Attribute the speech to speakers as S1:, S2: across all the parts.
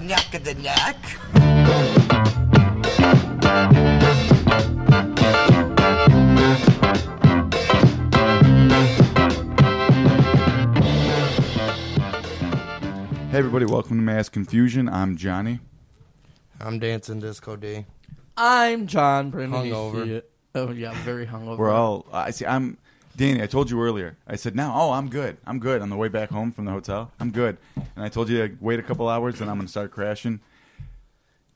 S1: neck of the neck.
S2: Hey everybody, welcome to Mass Confusion. I'm Johnny.
S3: I'm dancing disco D.
S4: I'm John Brennan. You
S3: Hungover.
S4: see it. Oh yeah, I'm very hungover.
S2: We're all I see I'm Danny, I told you earlier. I said now, oh I'm good. I'm good on the way back home from the hotel. I'm good. And I told you to wait a couple hours and I'm gonna start crashing.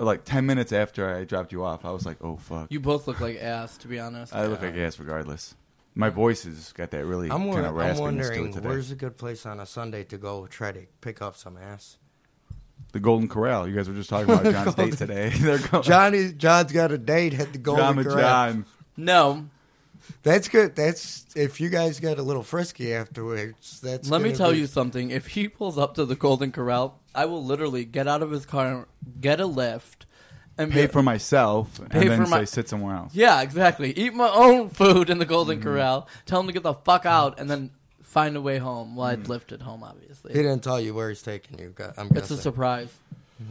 S2: Like ten minutes after I dropped you off, I was like, Oh fuck.
S4: You both look like ass, to be honest.
S2: I look like ass regardless. My voice has got that really
S3: I'm,
S2: kind
S3: wor-
S2: of
S3: I'm
S2: raspiness to
S3: wondering
S2: it today.
S3: where's a good place on a Sunday to go try to pick up some ass.
S2: the Golden Corral. You guys were just talking about John's date today. They're going
S3: Johnny John's got a date at the Golden
S2: John,
S3: Corral.
S2: John.
S4: no.
S3: That's good. That's if you guys got a little frisky afterwards. That's
S4: let me
S3: gonna
S4: tell
S3: be-
S4: you something. If he pulls up to the Golden Corral, I will literally get out of his car, get a lift, and
S2: Pay
S4: be-
S2: for myself
S4: Pay
S2: and then
S4: for
S2: say
S4: my-
S2: sit somewhere else.
S4: Yeah, exactly. Eat my own food in the
S2: Mm.
S4: Golden Corral. Tell him to get the fuck out, and then find a way home. Well,
S2: Mm.
S4: I'd lift at home, obviously.
S3: He didn't tell you where he's taking you. gu- I'm
S4: it's
S3: guessing.
S4: a surprise.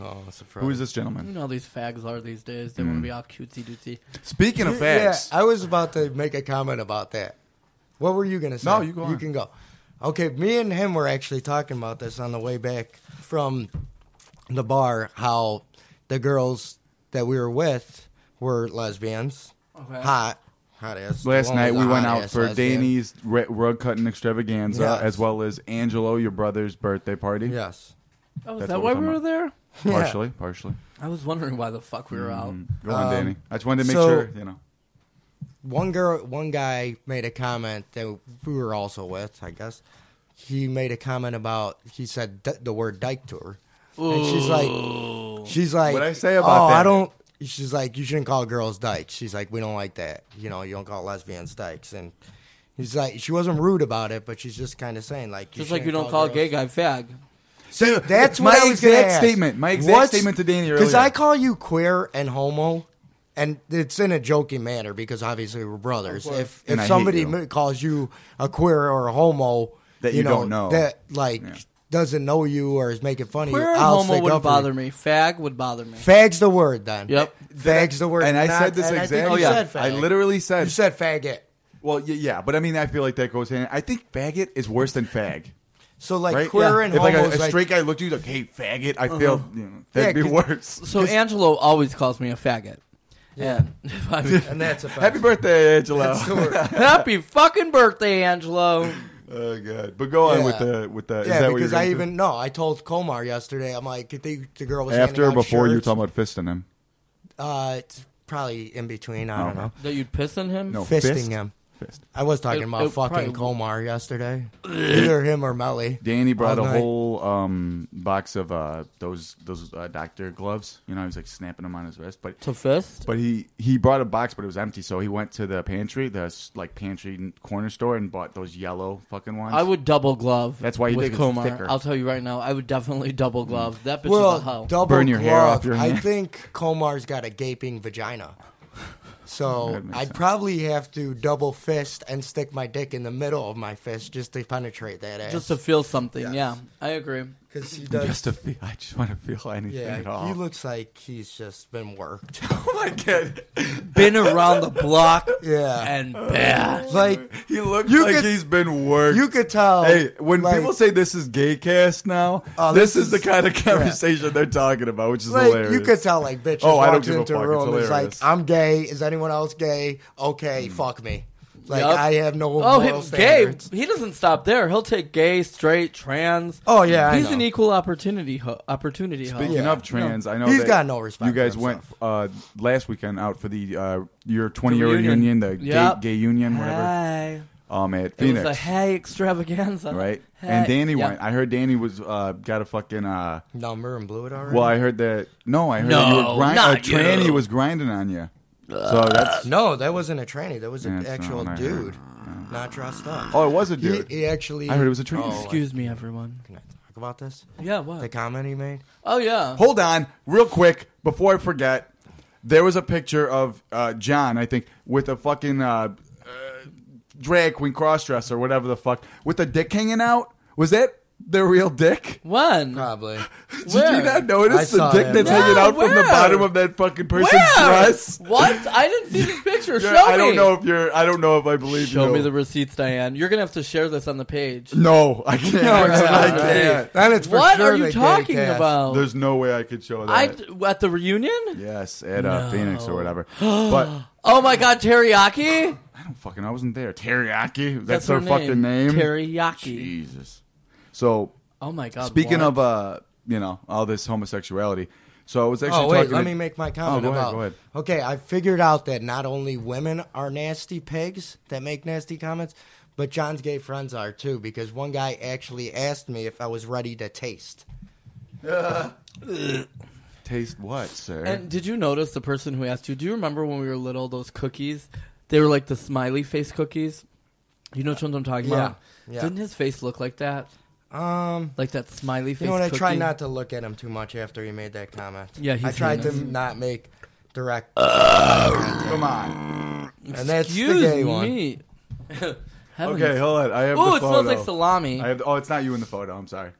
S3: oh, it's a surprise.
S2: Who is this
S4: You
S2: gentleman?
S4: know how these fags are these days. They
S2: Mm.
S4: want to be all cutesy dootsy.
S2: Speaking of
S3: Yeah,
S2: facts,
S3: I was about to make a comment about that. What were you going to say?
S2: No, you go on.
S3: can go. Okay, me and him were actually talking about this on the way back from the bar. How the girls that we were with were lesbians,
S4: Okay.
S3: hot, hot ass.
S2: Last
S3: One
S2: night
S3: was a
S2: we went
S3: hot
S2: out
S3: ass
S2: for
S3: lesbian.
S2: Danny's re- rug cutting extravaganza,
S3: Yes.
S2: as well as Angelo, your brother's birthday party.
S3: Yes.
S4: Oh, is
S2: That's
S4: that
S2: what
S4: why
S2: we're
S4: we were
S2: talking
S4: there?
S2: partially, partially.
S4: I was wondering why the fuck we were out.
S2: Go on,
S3: Um,
S2: Danny. I just wanted to make
S3: so-
S2: sure you know.
S3: one girl, one guy made a comment that we were also with, I guess. He made a comment about he said d- the word dyke to her, and she's like, she's like,
S2: What'd I say about
S3: oh,
S2: that?"
S3: I don't. She's like, you shouldn't call girls dykes. She's like, we don't like that. You know, you don't call lesbians dykes. And he's like, she wasn't rude about it, but she's just kind of saying like,
S4: Just like you
S3: shouldn't
S4: don't call a
S3: girls-
S4: gay guy fag.
S3: So that's
S2: my
S3: what I was gonna
S2: exact
S3: ask.
S2: statement. My exact statement to Danny
S3: Because
S2: earlier.
S3: I call you queer and homo, and it's in a joking manner because obviously we're brothers. If
S2: And
S3: if
S2: I hate
S3: somebody
S2: you.
S3: m- calls you a queer or a homo,
S2: That you don't know.
S3: that like
S2: Yeah.
S3: doesn't know you or is making fun of
S4: Queer
S3: you,
S4: and
S3: I'll
S4: homo
S3: stick
S4: wouldn't
S3: up for
S4: bother
S3: you.
S4: me. Fag would bother me.
S3: Fag's the word then.
S4: Yep.
S3: Fag's the word.
S2: And I
S3: not-
S2: said this
S3: and I think
S2: exactly.
S3: you
S4: yeah.
S3: said fag.
S2: I literally said.
S3: you said faggot.
S2: well, yeah, yeah, but I mean, I feel like that goes hand. I think faggot is worse than fag.
S3: So like
S2: Right?
S3: queer
S2: Yeah.
S3: and
S2: if
S3: homo
S2: like a,
S3: is
S2: a
S3: like Uh-huh.
S2: straight guy looked at you like, "Hey, faggot," I feel you know, that'd
S3: Yeah,
S2: be
S3: 'cause-
S2: worse.
S4: So Angelo always calls me a faggot. Yeah.
S3: and that's a
S2: Happy
S3: fag.
S2: birthday, Angelo.
S3: That's the word.
S4: Happy fucking birthday, Angelo.
S2: Oh god! But go on
S3: Yeah.
S2: with the with the. is
S3: Yeah,
S2: that what
S3: because
S2: you're
S3: I
S2: gonna
S3: even no, I told Komar yesterday. I'm like, I think the girl
S2: do?
S3: was handing
S2: after or
S3: out
S2: before you were
S3: shirts.
S2: talking about fisting him.
S3: Uh, it's probably in between. I don't
S2: Okay.
S3: know.
S4: That you'd piss on him?
S2: No,
S3: Fisting
S2: fist?
S3: him.
S2: Fist.
S3: I was talking
S4: It-
S3: about
S4: it
S3: fucking
S4: probably-
S3: Komar yesterday. Either him or Melly.
S2: Danny brought
S3: All
S2: a
S3: night.
S2: whole um, box of uh, those those uh, doctor gloves. You know, he was like snapping them on his wrist, but
S4: To fist?
S2: but he he brought a box, but it was empty. So he went to the pantry, the s- like pantry corner store, and bought those yellow fucking ones.
S4: I would double glove.
S2: That's why you
S4: with
S2: think it's
S4: Komar.
S2: thicker. Mm.
S4: I'll tell you right now, I would definitely double glove. That bitch is a
S3: Well,
S4: hoe.
S3: double
S2: Burn your hair off
S3: glove.
S2: your
S3: I
S2: hand.
S3: think Komar's got a gaping vagina. So
S2: That makes
S3: I'd
S2: sense.
S3: probably have to double fist and stick my dick in the middle of my fist just to penetrate that ass.
S4: Just to feel something.
S3: Yes.
S4: Yeah, I agree.
S3: because he does.
S2: just to feel, I just want to feel anything at
S3: yeah,
S2: all.
S3: he looks like he's just been worked.
S2: oh my god!
S4: Been around the block
S3: yeah,
S4: and bad.
S3: like
S2: He looks
S3: You
S2: like
S3: could-
S2: he's been worked.
S3: you could tell.
S2: Hey, when
S3: like,
S2: people say this is gay cast now,
S3: Oh,
S2: this,
S3: this
S2: is, the
S3: is-
S2: kind of conversation they're talking about, which is
S3: Like
S2: hilarious.
S3: you could tell, like bitch.
S2: Oh, I don't
S3: walks
S2: give a
S3: into
S2: fuck.
S3: a
S2: It's
S3: room. It's like
S2: hilarious. Hmm.
S3: I'm gay. Is anyone else gay? Okay, fuck me. Like
S4: Yup.
S3: I have no. moral
S4: Oh, he, gay.
S3: standards.
S4: He doesn't stop there. He'll take gay, straight, trans.
S3: Oh yeah, I
S4: He's
S3: know.
S4: an equal opportunity ho- opportunity ho.
S2: Speaking
S3: Yeah.
S2: of trans, I know
S3: He's
S2: that
S3: got no respect
S2: You guys
S3: for
S2: went uh, last weekend out for the uh, your 20
S4: The
S2: year reunion,
S4: reunion.
S2: the
S4: Yep.
S2: gay, gay union, whatever,
S4: Hi.
S2: um, at
S4: It
S2: Phoenix,
S4: was a hey extravaganza,
S2: right?
S4: Hey.
S2: And Danny
S4: Yeah.
S2: went. I heard Danny was uh, got a fucking. Uh,
S3: number and blew it already.
S2: well, I heard that. No, I heard
S4: No,
S2: that you were grind-
S4: not
S2: a tranny
S4: you. Uh,
S2: was grinding on you. So that's.
S3: no, that wasn't a tranny. That was an
S2: That's not
S3: actual
S2: what I
S3: dude,
S2: heard.
S3: not dressed up.
S2: Oh, it was a
S3: he,
S2: dude.
S3: he actually.
S2: I heard it was a tranny.
S3: Oh,
S4: Excuse me, everyone.
S3: Can I talk about this?
S4: Yeah, what?
S3: The comment he made.
S4: oh yeah.
S2: Hold on, real quick, before I forget, there was a picture of uh, John, I think, with a fucking uh, uh, drag queen crossdresser, whatever the fuck, with a dick hanging out. Was that their real dick?
S4: When?
S3: Probably.
S2: Did
S4: Where?
S2: you not
S3: I
S2: notice the
S3: saw
S2: dick
S3: it.
S2: that's
S3: No,
S2: hanging out from the
S4: where?
S2: bottom of that fucking person's
S4: Where?
S2: dress?
S4: What? I didn't see this picture. Show
S2: You're-
S4: me.
S2: I don't know if you're. I don't know if I believe
S4: Show
S2: you.
S4: me the receipts, Diane. You're gonna have to share this on the page.
S2: No, I can't. I can't.
S3: Then it's for
S4: what
S3: sure
S4: are
S3: the
S4: you
S3: kitty
S4: talking
S3: cat.
S4: about?
S2: There's no way I could show that.
S4: I at the reunion.
S2: yes, at uh, Phoenix or whatever. But I
S4: Oh my God, teriyaki.
S2: don't fucking. I wasn't there. Teriyaki. That's,
S4: her
S2: her, fucking name.
S4: Teriyaki.
S2: Jesus. So
S4: Oh my God.
S2: speaking
S4: what?
S2: of uh, you know, all this homosexuality. So I was actually.
S3: Oh wait,
S2: talking
S3: let
S2: to-
S3: me make my comment
S2: go ahead,
S3: about.
S2: go ahead.
S3: Okay, I figured out that not only women are nasty pigs that make nasty comments, but John's gay friends are too. Because one guy actually asked me if I was ready to taste.
S2: taste what, sir?
S4: And did you notice the person who asked you? Do you remember when we were little? Those cookies, they were like the smiley face cookies. You know which ones I'm talking
S3: Yeah.
S4: about?
S3: Yeah.
S4: Didn't his face look like that?
S3: Um,
S4: Like that smiley face.
S3: you know what? I
S4: cookie?
S3: try not to look at him too much after he made that comment.
S4: Yeah, he's
S3: I tried to
S4: heinous.
S3: not make direct.
S2: Uh, Come on.
S3: and that's the
S4: Excuse
S3: gay one.
S4: me. Heavens.
S2: Okay, hold on. I have.
S4: Oh,
S2: the
S4: it smells
S2: photo.
S4: like salami.
S2: I have. Oh, it's not you in the photo. I'm sorry.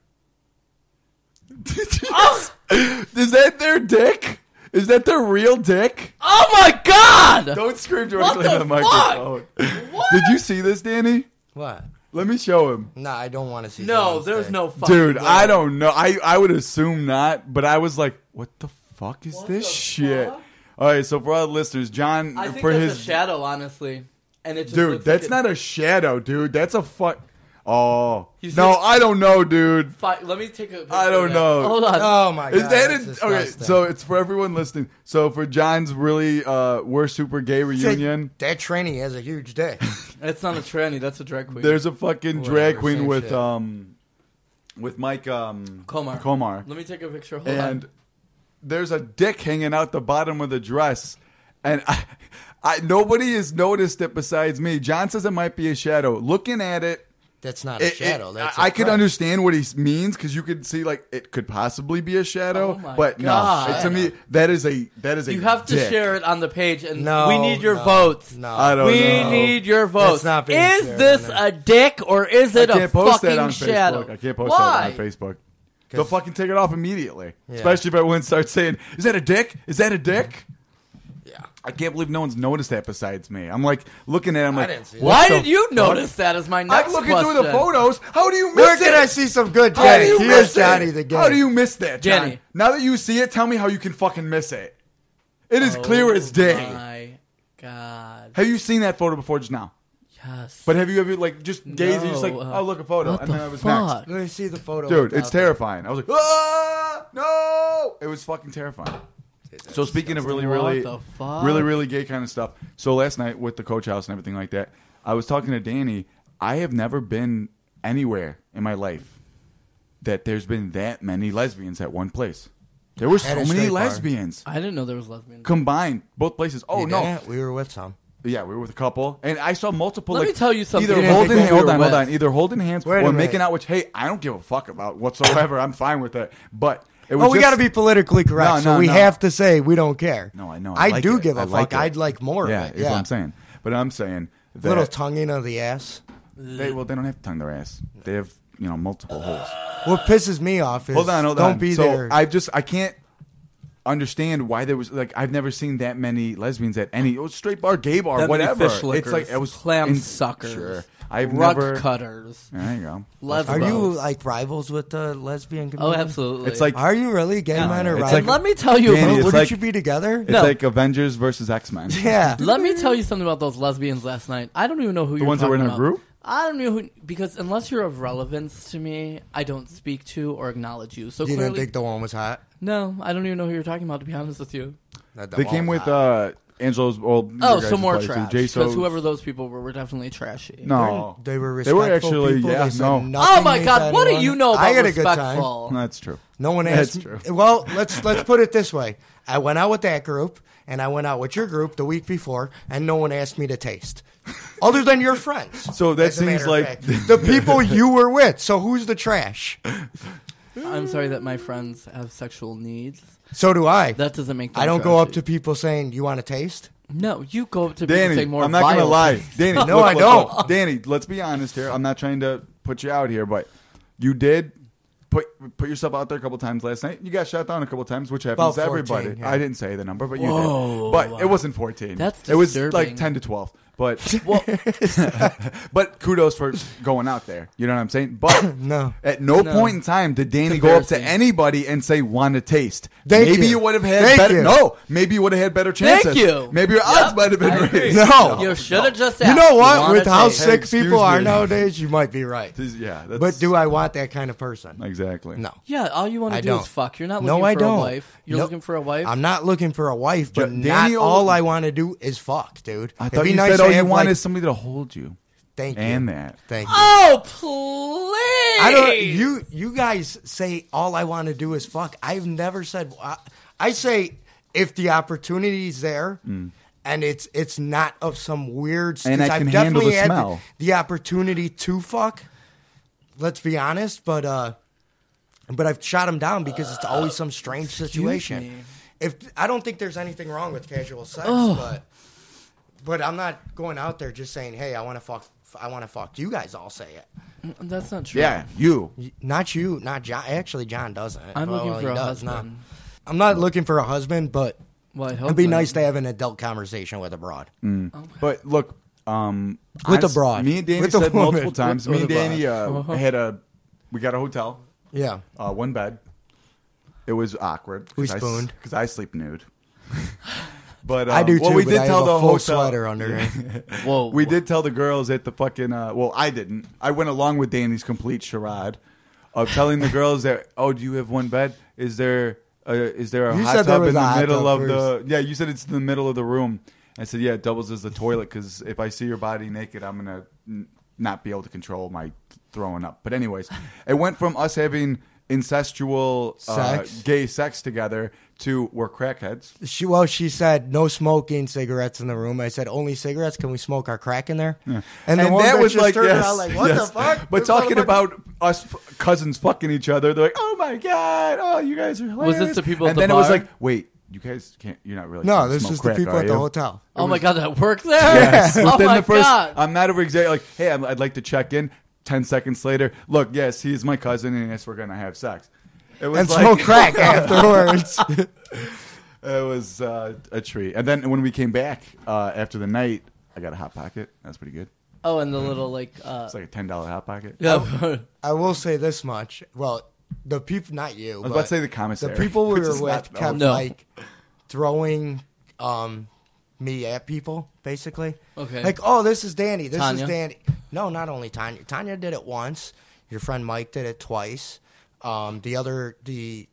S4: Oh!
S2: Is that their dick? Is that their real dick?
S4: oh my god!
S2: Don't scream
S4: What
S2: directly
S4: the
S2: in the microphone.
S4: What?
S2: Did you see this, Danny?
S3: What?
S2: Let me show him.
S3: No, I don't want to see.
S4: No,
S3: someone's
S4: there's
S3: dick.
S4: no fucking
S2: Dude,
S4: way.
S2: I don't know. I, I would assume not, but I was like, what the fuck is
S4: What
S2: this
S4: the
S2: shit?
S4: fuck?
S2: All right, so for all the listeners, John,
S4: I think
S2: for
S4: that's a
S2: his.
S4: shadow, honestly. And it just
S2: dude,
S4: looks
S2: that's
S4: like
S2: not a shadow, dude. That's a fuck. Oh.
S4: You see-
S2: no, I don't know, dude.
S4: Fi- Let me take a. picture
S2: I don't
S4: of that.
S2: know.
S4: Hold on.
S3: Oh my god.
S2: Is that
S3: that's
S2: a, okay?
S3: disgusting.
S2: So it's for everyone listening. So for John's really, uh, we're super gay reunion.
S3: That tranny has a huge dick.
S4: That's not a tranny. That's a drag queen.
S2: There's a fucking
S3: Whatever,
S2: drag queen
S3: same
S2: with
S3: shit.
S2: um, with Mike um
S4: Komar.
S2: Komar,
S4: Let me take a picture. Hold
S2: and
S4: on.
S2: there's a dick hanging out the bottom of the dress, and I, I nobody has noticed it besides me. John says it might be a shadow. Looking at it.
S3: That's not a
S2: It,
S3: shadow.
S2: it-
S3: that's a
S2: I I could
S3: prick.
S2: understand what he s- means because you could see like it could possibly be a shadow,
S4: Oh my
S2: but
S4: God.
S2: no. it- To me, that is a that is a.
S4: You have to
S2: dick.
S4: share it on the page, and
S3: No,
S4: we need your
S3: no,
S4: votes.
S3: No,
S2: I don't
S4: we
S2: know.
S4: need your
S3: That's
S4: votes.
S3: not being
S4: is
S3: shared
S4: this
S3: on
S4: a dick or is
S2: I
S4: it a
S2: can't post
S4: fucking
S2: that on
S4: shadow?
S2: Facebook. I can't post
S4: Why?
S2: that on Facebook. They'll
S3: 'Cause-
S2: fucking take it off immediately.
S3: Yeah.
S2: Especially if everyone starts saying, "Is that a dick? Is that a dick?"
S3: Yeah.
S2: I can't believe no one's noticed that besides me. I'm like looking at. it, I'm like,
S3: didn't see that.
S2: "What
S4: Why
S2: the
S4: did you
S2: fuck?"
S4: notice that? Is my next
S2: I'm looking
S4: question.
S2: through the photos. How do you miss
S3: Where
S2: it?
S3: can I see some good
S2: How do
S3: dick?
S2: you
S3: Here's
S2: miss it?
S3: Johnny the gay.
S2: How do you miss that, John?
S4: Jenny.
S2: Now that you see it, tell me how you can fucking miss it. It is clear as day.
S4: Oh my god.
S2: Have you seen that photo before just now?
S4: Yes.
S2: But have you ever like just gazing, just like,
S4: No, uh,
S2: "Oh, look a photo,"
S4: what
S2: and
S4: the
S2: then I was next.
S4: fuck?
S3: Let me see the photo.
S2: Dude, it's
S3: out there.
S2: terrifying. I was like, ah, no! It was fucking terrifying. So speaking of really,
S4: What
S2: really,
S4: the fuck?
S2: really, really gay kind of stuff. So last night with the coach house and everything like that, I was talking to Danny. I have never been anywhere in my life that there's been that many lesbians at one place. There were so
S3: At a
S2: many
S3: straight bar.
S2: lesbians
S4: I didn't know there was lesbian.
S2: combined, both places. Oh
S3: You
S2: no,
S3: didn't? we were with some.
S2: yeah, we were with a couple, and I saw multiple.
S4: Let
S2: like,
S4: me tell you something.
S2: Either
S3: You didn't
S2: holding,
S3: think we
S2: hold
S4: were
S2: on, hold on.
S4: with.
S2: Either holding hands
S3: Wait a
S2: or
S3: minute.
S2: making out, which hey, I don't give a fuck about whatsoever. I'm fine with it. But it was
S3: Well, Oh, we
S2: just-
S3: got to be politically correct,
S2: No,
S3: so
S2: no,
S3: we
S2: no.
S3: have to say we don't care.
S2: No, I know.
S3: I,
S2: I like
S3: do
S2: it.
S3: give
S2: I
S3: a fuck.
S2: like it.
S3: I'd like more
S2: Yeah,
S3: of it.
S2: is
S3: Yeah,
S2: what I'm saying. But I'm saying that
S3: Little tonguing of the ass.
S2: they well, they don't have to tongue their ass. They have you know multiple holes.
S3: What pisses me off is
S2: Hold on, hold
S3: don't
S2: on.
S3: be
S2: so
S3: there.
S2: I just I can't understand why there was like I've never seen that many lesbians at any it was straight bar, gay bar,
S4: That many
S2: whatever.
S4: fish
S2: it's like
S4: lickers,
S2: it was
S4: clam
S2: in-
S4: suckers,
S2: Sure, I've
S4: rug
S2: never.
S4: cutters.
S2: There you go.
S4: Lesbos.
S3: Are you like rivals with the lesbian
S4: Oh,
S3: community?
S4: absolutely.
S2: It's like
S3: Are you really gay men or
S2: it's
S3: rivals?
S2: like-
S4: And let me tell you.
S2: Danny,
S4: about-
S2: it's
S3: Wouldn't
S2: like-
S3: you be together?
S2: it's
S4: No.
S2: like Avengers versus X Men.
S3: Yeah.
S4: Let me tell you something about those lesbians last night. I don't even know who you're
S2: ones that were in
S4: talking
S2: our
S4: about.
S2: group?
S4: I don't know who because unless you're of relevance to me, I don't speak to or acknowledge you. So
S3: You
S4: clearly,
S3: didn't think the one was hot?
S4: no, I don't even know who you're talking about. To be honest with you.
S3: Not the
S2: They
S3: one
S2: came
S3: was
S2: with
S3: hot.
S2: uh, Angelo's old.
S4: Oh,
S2: your guys'
S4: so more
S2: buddy, too,
S4: trash.
S2: Jay
S4: Because
S2: So's-
S4: whoever those people were were definitely trashy.
S2: No,
S3: They were
S2: They
S3: respectful.
S2: were actually-
S3: people.
S2: yeah,
S3: They said
S2: no.
S3: nothing
S4: Oh my
S3: mean
S4: God!
S3: to
S4: What do
S3: anyone.
S4: you know about
S3: I had a good time.
S4: respectful?
S2: that's true.
S3: No one
S2: That's
S3: asked. me.
S2: true.
S3: Well, let's let's put it this way. I went out with that group, and I went out with your group the week before, and no one asked me to taste, other than your friends.
S2: So that
S3: as a
S2: seems
S3: matter of
S2: like-
S3: fact. the people you were with. So who's the trash?
S4: I'm sorry that my friends have sexual needs.
S3: So do I.
S4: That doesn't make. Them
S3: I don't go up to
S4: trashy.
S3: people saying, "You want to taste?"
S4: No, you go up to people and
S2: Danny,
S4: say more.
S2: I'm not gonna
S4: vile
S2: lie.
S4: things.
S2: Danny,
S3: No,
S2: look,
S3: I
S2: look,
S3: don't.
S2: look. Danny, let's be honest here. I'm not trying to put you out here, but you did put put yourself out there a couple times last night. You got shot down a couple times, which happens to
S3: About 14,
S2: everybody.
S3: yeah.
S2: I didn't say the number, but you
S4: Whoa.
S2: did. But it wasn't 14.
S4: That's
S2: it was
S4: disturbing.
S2: like 10 to 12. But but kudos for going out there. You know what I'm saying? But
S3: No.
S2: At no,
S4: No.
S2: point in time did Danny go up to
S4: Comparison.
S2: anybody and say, "Want to taste?"
S3: Thank
S2: maybe
S3: you.
S2: you, would have had
S3: Thank
S2: better.
S3: you.
S2: No, Oh, maybe you would have had better
S4: Thank
S2: chances.
S4: you.
S2: Maybe your odds might have
S4: I
S2: been
S4: agree.
S2: raised.
S3: No.
S4: Oh, You should have just
S3: You
S4: asked.
S3: know what?
S4: wanna
S3: With how
S4: taste.
S3: sick
S2: Excuse
S3: people are
S2: me.
S3: nowadays, you might be right.
S2: Yeah, that's,
S3: But do I want that kind of person?
S2: exactly.
S3: No.
S4: Yeah, all you want
S3: I
S4: to do
S3: don't.
S4: is fuck. You're not looking
S3: No,
S4: for
S3: I don't.
S4: a wife. You're
S3: No.
S4: looking for a wife.
S3: I'm not looking for a wife, but
S2: Jo-
S3: not
S2: Daniel-
S3: all I want to do is fuck, dude.
S2: I
S3: It'd
S2: thought
S3: be
S2: you
S3: nice
S2: said
S3: to
S2: all you
S3: have,
S2: want
S3: like-
S2: is somebody to hold you
S3: thank you
S2: and that.
S3: Thank you.
S4: oh please!
S3: I don't. You you guys say all I want to do is fuck. I've never said. I, I say if the opportunity's there. And it's it's not of some weird.
S2: Mm. And I
S3: I've
S2: can handle
S3: definitely
S2: the
S3: had
S2: smell.
S3: The opportunity to fuck. Let's be honest, but uh, but I've shot him down because it's always some strange situation.
S4: me.
S3: If I don't think there's anything wrong with casual sex, but but I'm not going out there just saying, hey, I want to fuck. I want to fuck. You guys all say it.
S4: That's not true.
S2: Yeah, you.
S3: Oh, Not you, not John. Actually, John doesn't.
S4: I'm looking
S3: he
S4: for a
S3: does not.
S4: husband.
S3: I'm not looking for a husband, but
S4: Well, I hope
S3: it'd be
S4: not.
S3: nice to have an adult conversation with a broad.
S2: Mm. But look, um,
S3: With
S2: honest-
S3: the broad.
S2: Me and Danny
S3: With the
S2: said
S3: woman.
S2: multiple times.
S4: With
S2: me and
S4: the
S2: Danny uh,
S4: broad. Uh-huh.
S2: had a. We got a hotel,
S3: Yeah.
S2: uh, one bed. It was awkward.
S3: We spooned.
S2: because I sleep nude. but um,
S3: I do too.
S2: Well, we
S3: but
S2: did
S3: I
S2: tell
S3: have a
S2: the
S3: full
S2: hotel.
S3: sweater under it.
S4: Whoa,
S2: We did tell the girls at the fucking. Uh, well, I didn't. I went along with Danny's complete charade of telling the girls that, "Oh, do you have one bed? Is there a, is there a
S3: You
S2: hot
S3: said there
S2: tub
S3: was
S2: in
S3: a
S2: the
S3: hot
S2: middle
S3: tub
S2: of the? Yeah, you said it's in the middle of the room. I said, yeah, it doubles as the toilet because if I see your body naked, I'm gonna n- not be able to control my throwing up. But anyways, it went from us having incestual uh,
S3: Sex?
S2: gay sex together to we're crackheads.
S3: She well, she said no smoking cigarettes in the room. I said only cigarettes. Can we smoke our crack in there? And, the
S2: and
S3: one
S2: that
S3: bitch
S2: was
S3: just
S2: like,
S3: turned
S2: yes,
S3: around like, what
S2: yes.
S3: the fuck?
S2: But
S3: This
S2: talking
S3: motherfucker-
S2: about us f- cousins fucking each other, they're like, oh my god, oh you guys are
S4: this
S2: hilarious.
S4: the people at
S2: And
S4: the
S2: then it was
S4: bar?
S2: like, wait, you guys can't. You're not really.
S3: no,
S2: gonna
S3: this
S2: smoke
S3: is the
S2: crack,
S3: people
S2: are
S3: at the
S2: you?
S3: hotel.
S4: Oh my god, that worked there.
S2: Yes.
S4: Oh
S2: Within
S4: my
S2: the first,
S4: god.
S3: uh,
S2: I'm not over exactly like, hey, I'm, I'd like to check in. Ten seconds later, look, yes, he's my cousin, and yes, we're gonna have sex. It was
S3: And
S2: like,
S3: smoke crack afterwards.
S2: It was uh, a treat. And then when we came back uh, after the night, I got a hot pocket. That's pretty good.
S4: oh, and the little like. Uh, oh.
S2: It's like a ten dollar hot pocket.
S4: yeah.
S3: I will say this much. Well, the people, not you.
S2: I was about to say the commissary.
S3: The people we
S2: which
S3: were
S2: is not
S3: with kept
S4: No.
S3: like throwing um, me at people, basically.
S4: Okay.
S3: Like, oh, this is Danny. This
S4: Tanya?
S3: is Danny. No, not only Tanya. Tanya did it once. Your friend Mike did it twice. Um, the other the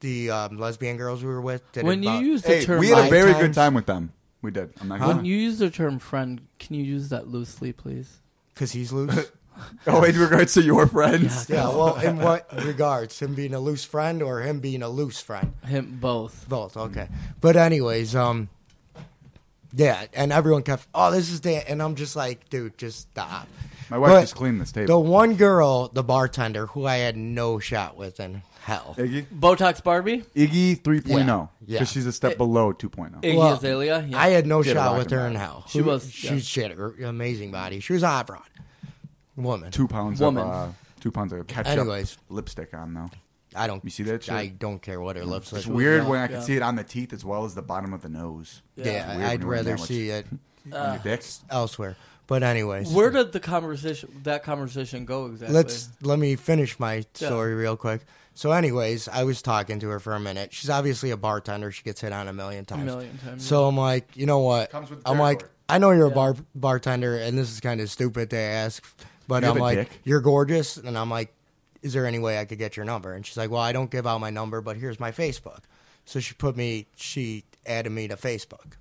S3: the um, lesbian girls we were with did
S4: when
S3: it.
S4: you
S3: about-
S4: use the
S2: Hey,
S4: term,
S2: we had a
S3: my
S2: very
S3: times.
S2: good time with them. We did. I'm not
S4: when
S2: gonna.
S4: you use the term friend, can you use that loosely, please?
S3: because he's loose.
S2: oh, in regards to your friends,
S3: yeah. Well, in what regards? Him being a loose friend or him being a loose friend?
S4: Him both.
S3: Both, okay. But anyways, um, yeah, and everyone kept, oh, this is Dan, and I'm just like, dude, just stop.
S2: my wife
S3: But
S2: just cleaned this
S3: The
S2: table.
S3: one girl, the bartender, who I had no shot with in hell.
S2: Iggy,
S4: Botox Barbie,
S2: Iggy 3.0,
S3: Yeah, yeah.
S2: because she's a step below oh. 2.0.
S4: Iggy
S3: Well,
S4: Azalea. Yeah.
S3: I had no
S2: She had a
S3: shot
S2: rockin'
S3: with her in
S2: body.
S3: hell.
S4: She was-
S3: she,
S4: yeah.
S3: she had an amazing body. She was a hot rod woman.
S2: two pounds
S4: Woman.
S2: of uh, two pounds of ketchup
S3: Anyways.
S2: lipstick on though.
S3: I don't.
S2: You see that shit?
S3: I don't care what her lips look.
S2: It's weird
S4: yeah,
S2: when I can
S4: yeah.
S2: see it on the teeth as well as the bottom of the nose.
S4: Yeah,
S3: Yeah, Uh,
S2: Weird when
S3: I'd
S2: you're wearing
S3: rather
S2: that much.
S3: see it
S2: On your dick.
S3: elsewhere. But anyways,
S4: Where did the conversation that conversation go exactly?
S3: let's let me finish my
S4: Yeah.
S3: story real quick. So, anyways, I was talking to her for a minute. She's obviously a bartender. She gets hit on a million times.
S4: million times,
S3: So I'm like, you know what?
S2: Comes with the
S3: I'm like,
S2: territory.
S3: I know you're a bar bartender, and this is kind of stupid to ask, but
S2: You have
S3: I'm
S2: a
S3: like,
S2: dick?
S3: you're gorgeous, and I'm like, is there any way I could get your number? And she's like, well, I don't give out my number, but here's my Facebook. So she put me, she added me to Facebook.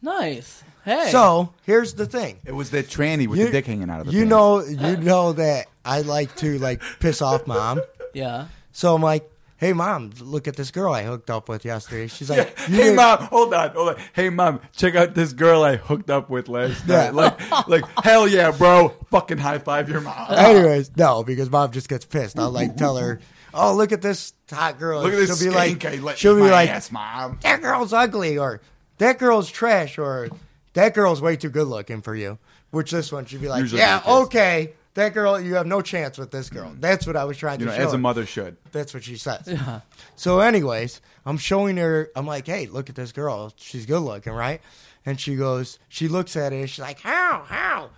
S4: nice. Hey.
S3: So here's the thing.
S2: It was that tranny with
S3: You-
S2: the dick hanging out of the
S3: you
S2: pants.
S3: know, you know that I like to like piss off mom.
S4: yeah.
S3: So I'm like, hey, mom, look at this girl I hooked up with yesterday. She's like, you
S2: hey
S3: didn't-
S2: mom, hold on, hold on. Hey mom, check out this girl I hooked up with last
S3: Yeah.
S2: night. Like, like hell yeah, bro. Fucking high five your mom.
S3: Anyways, no, because mom just gets pissed. I'll like tell her, oh, look at this hot girl.
S2: Look at this
S3: she'll be like,
S2: skank I let
S3: she'll
S2: eat
S3: be
S2: my
S3: like,
S2: ass, mom.
S3: that girl's ugly, or that girl's trash, or that girl's way too good looking for you. Which this one, she'd be like,
S2: Usually
S3: yeah,
S2: the case.
S3: okay. That girl, you have no chance with this girl. That's what I was trying
S2: You
S3: to
S2: know,
S3: show.
S2: as a
S3: her.
S2: mother should.
S3: That's what she says.
S4: Yeah.
S3: So, anyways, I'm showing her. I'm like, hey, look at this girl. She's good looking, right? And she goes, she looks at it. And she's like, how, how?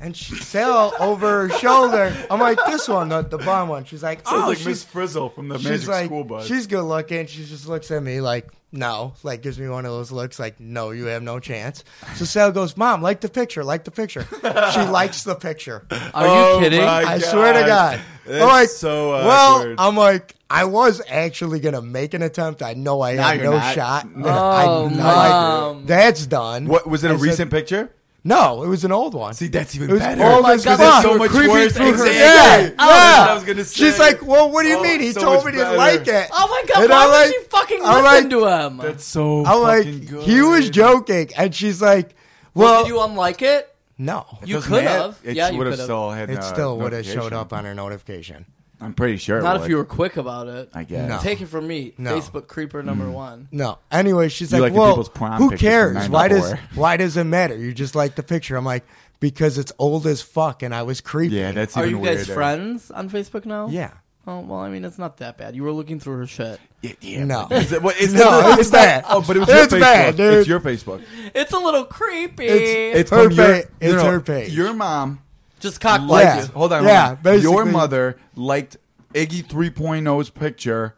S3: And she fell over her shoulder. I'm like, this one, the, the blonde one. She's like,
S2: Sounds
S3: oh,
S2: like Miss
S3: she's,
S2: Frizzle from the Magic
S3: she's like,
S2: School Bus.
S3: she's good looking. She just looks at me like, no, like gives me one of those looks like, no, you have no chance. So Sal goes, mom, like the picture, like the picture. she likes the picture.
S4: Are
S2: Oh
S4: you kidding?
S2: my-
S3: I swear to
S2: gosh.
S3: God.
S2: That's
S3: I'm like,
S2: so uh, awkward.
S3: well, I'm like, I was actually gonna make an attempt. I know I had
S2: you're
S3: no
S2: not.
S3: shot.
S2: No.
S4: Oh,
S3: I know I-
S4: Mom.
S3: that's done.
S2: what was it? A
S3: I said-
S2: recent picture?
S3: no, it was an old one.
S2: See, that's even
S3: It was
S2: better.
S3: old
S4: as fuck.
S2: That's so
S4: You were
S2: much
S3: creeping
S2: worse.
S3: through her-
S2: Exactly.
S3: Yeah,
S2: That's what I was
S3: yeah.
S2: gonna say.
S3: She's like, well, what do you
S2: Oh,
S3: mean? He
S2: so
S3: told
S2: much
S3: me he didn't
S2: better.
S3: like it.
S4: Oh my god,
S3: And
S4: why
S3: I'm
S4: would
S3: like-
S4: she fucking
S3: I'm
S4: listen
S3: like-
S4: to him?
S2: that's so.
S3: I'm like,
S2: fucking good.
S3: he was joking, and she's like, well,
S4: Did you unlike it?
S3: no,
S4: You
S2: Doesn't
S4: could
S2: matter.
S4: have.
S2: It
S4: Yeah, you
S2: would have
S4: could have.
S2: still had.
S3: it
S2: uh,
S3: still would have showed
S2: notification.
S3: up on her notification.
S2: I'm pretty sure. it
S4: Not if
S2: would.
S4: you were quick about it.
S2: I guess.
S3: No.
S4: Take it from me.
S3: No.
S4: Facebook creeper number one.
S3: No. Anyway, she's
S2: You like
S3: like,
S2: the
S3: "Well,
S2: people's prom
S3: who
S2: pictures from
S3: cares? Why does
S2: 9x4.
S3: why does it matter? You just like the picture." I'm like, "Because it's old as fuck, and I was creepy."
S2: Yeah, that's
S4: Are
S2: even
S4: you guys
S2: weirder.
S4: friends on Facebook now?
S3: yeah.
S4: Oh well, I mean, it's not that bad. You were looking through her shit.
S2: Yeah, yeah,
S3: No.
S2: but- Is it- what- it's
S3: No,
S2: not-
S3: it's bad.
S2: Oh, but it was
S3: It's
S2: your Facebook.
S3: bad, dude.
S2: It's your Facebook.
S4: It's a little creepy.
S3: It's-
S2: It's
S3: Her
S2: from your,
S3: page. It's
S2: no, no,
S3: her page.
S2: Your mom
S4: Just cock
S2: liked.
S3: Yeah.
S4: you.
S2: Hold on.
S3: Yeah,
S2: hold on.
S3: basically.
S2: Your mother liked Iggy 3.0's picture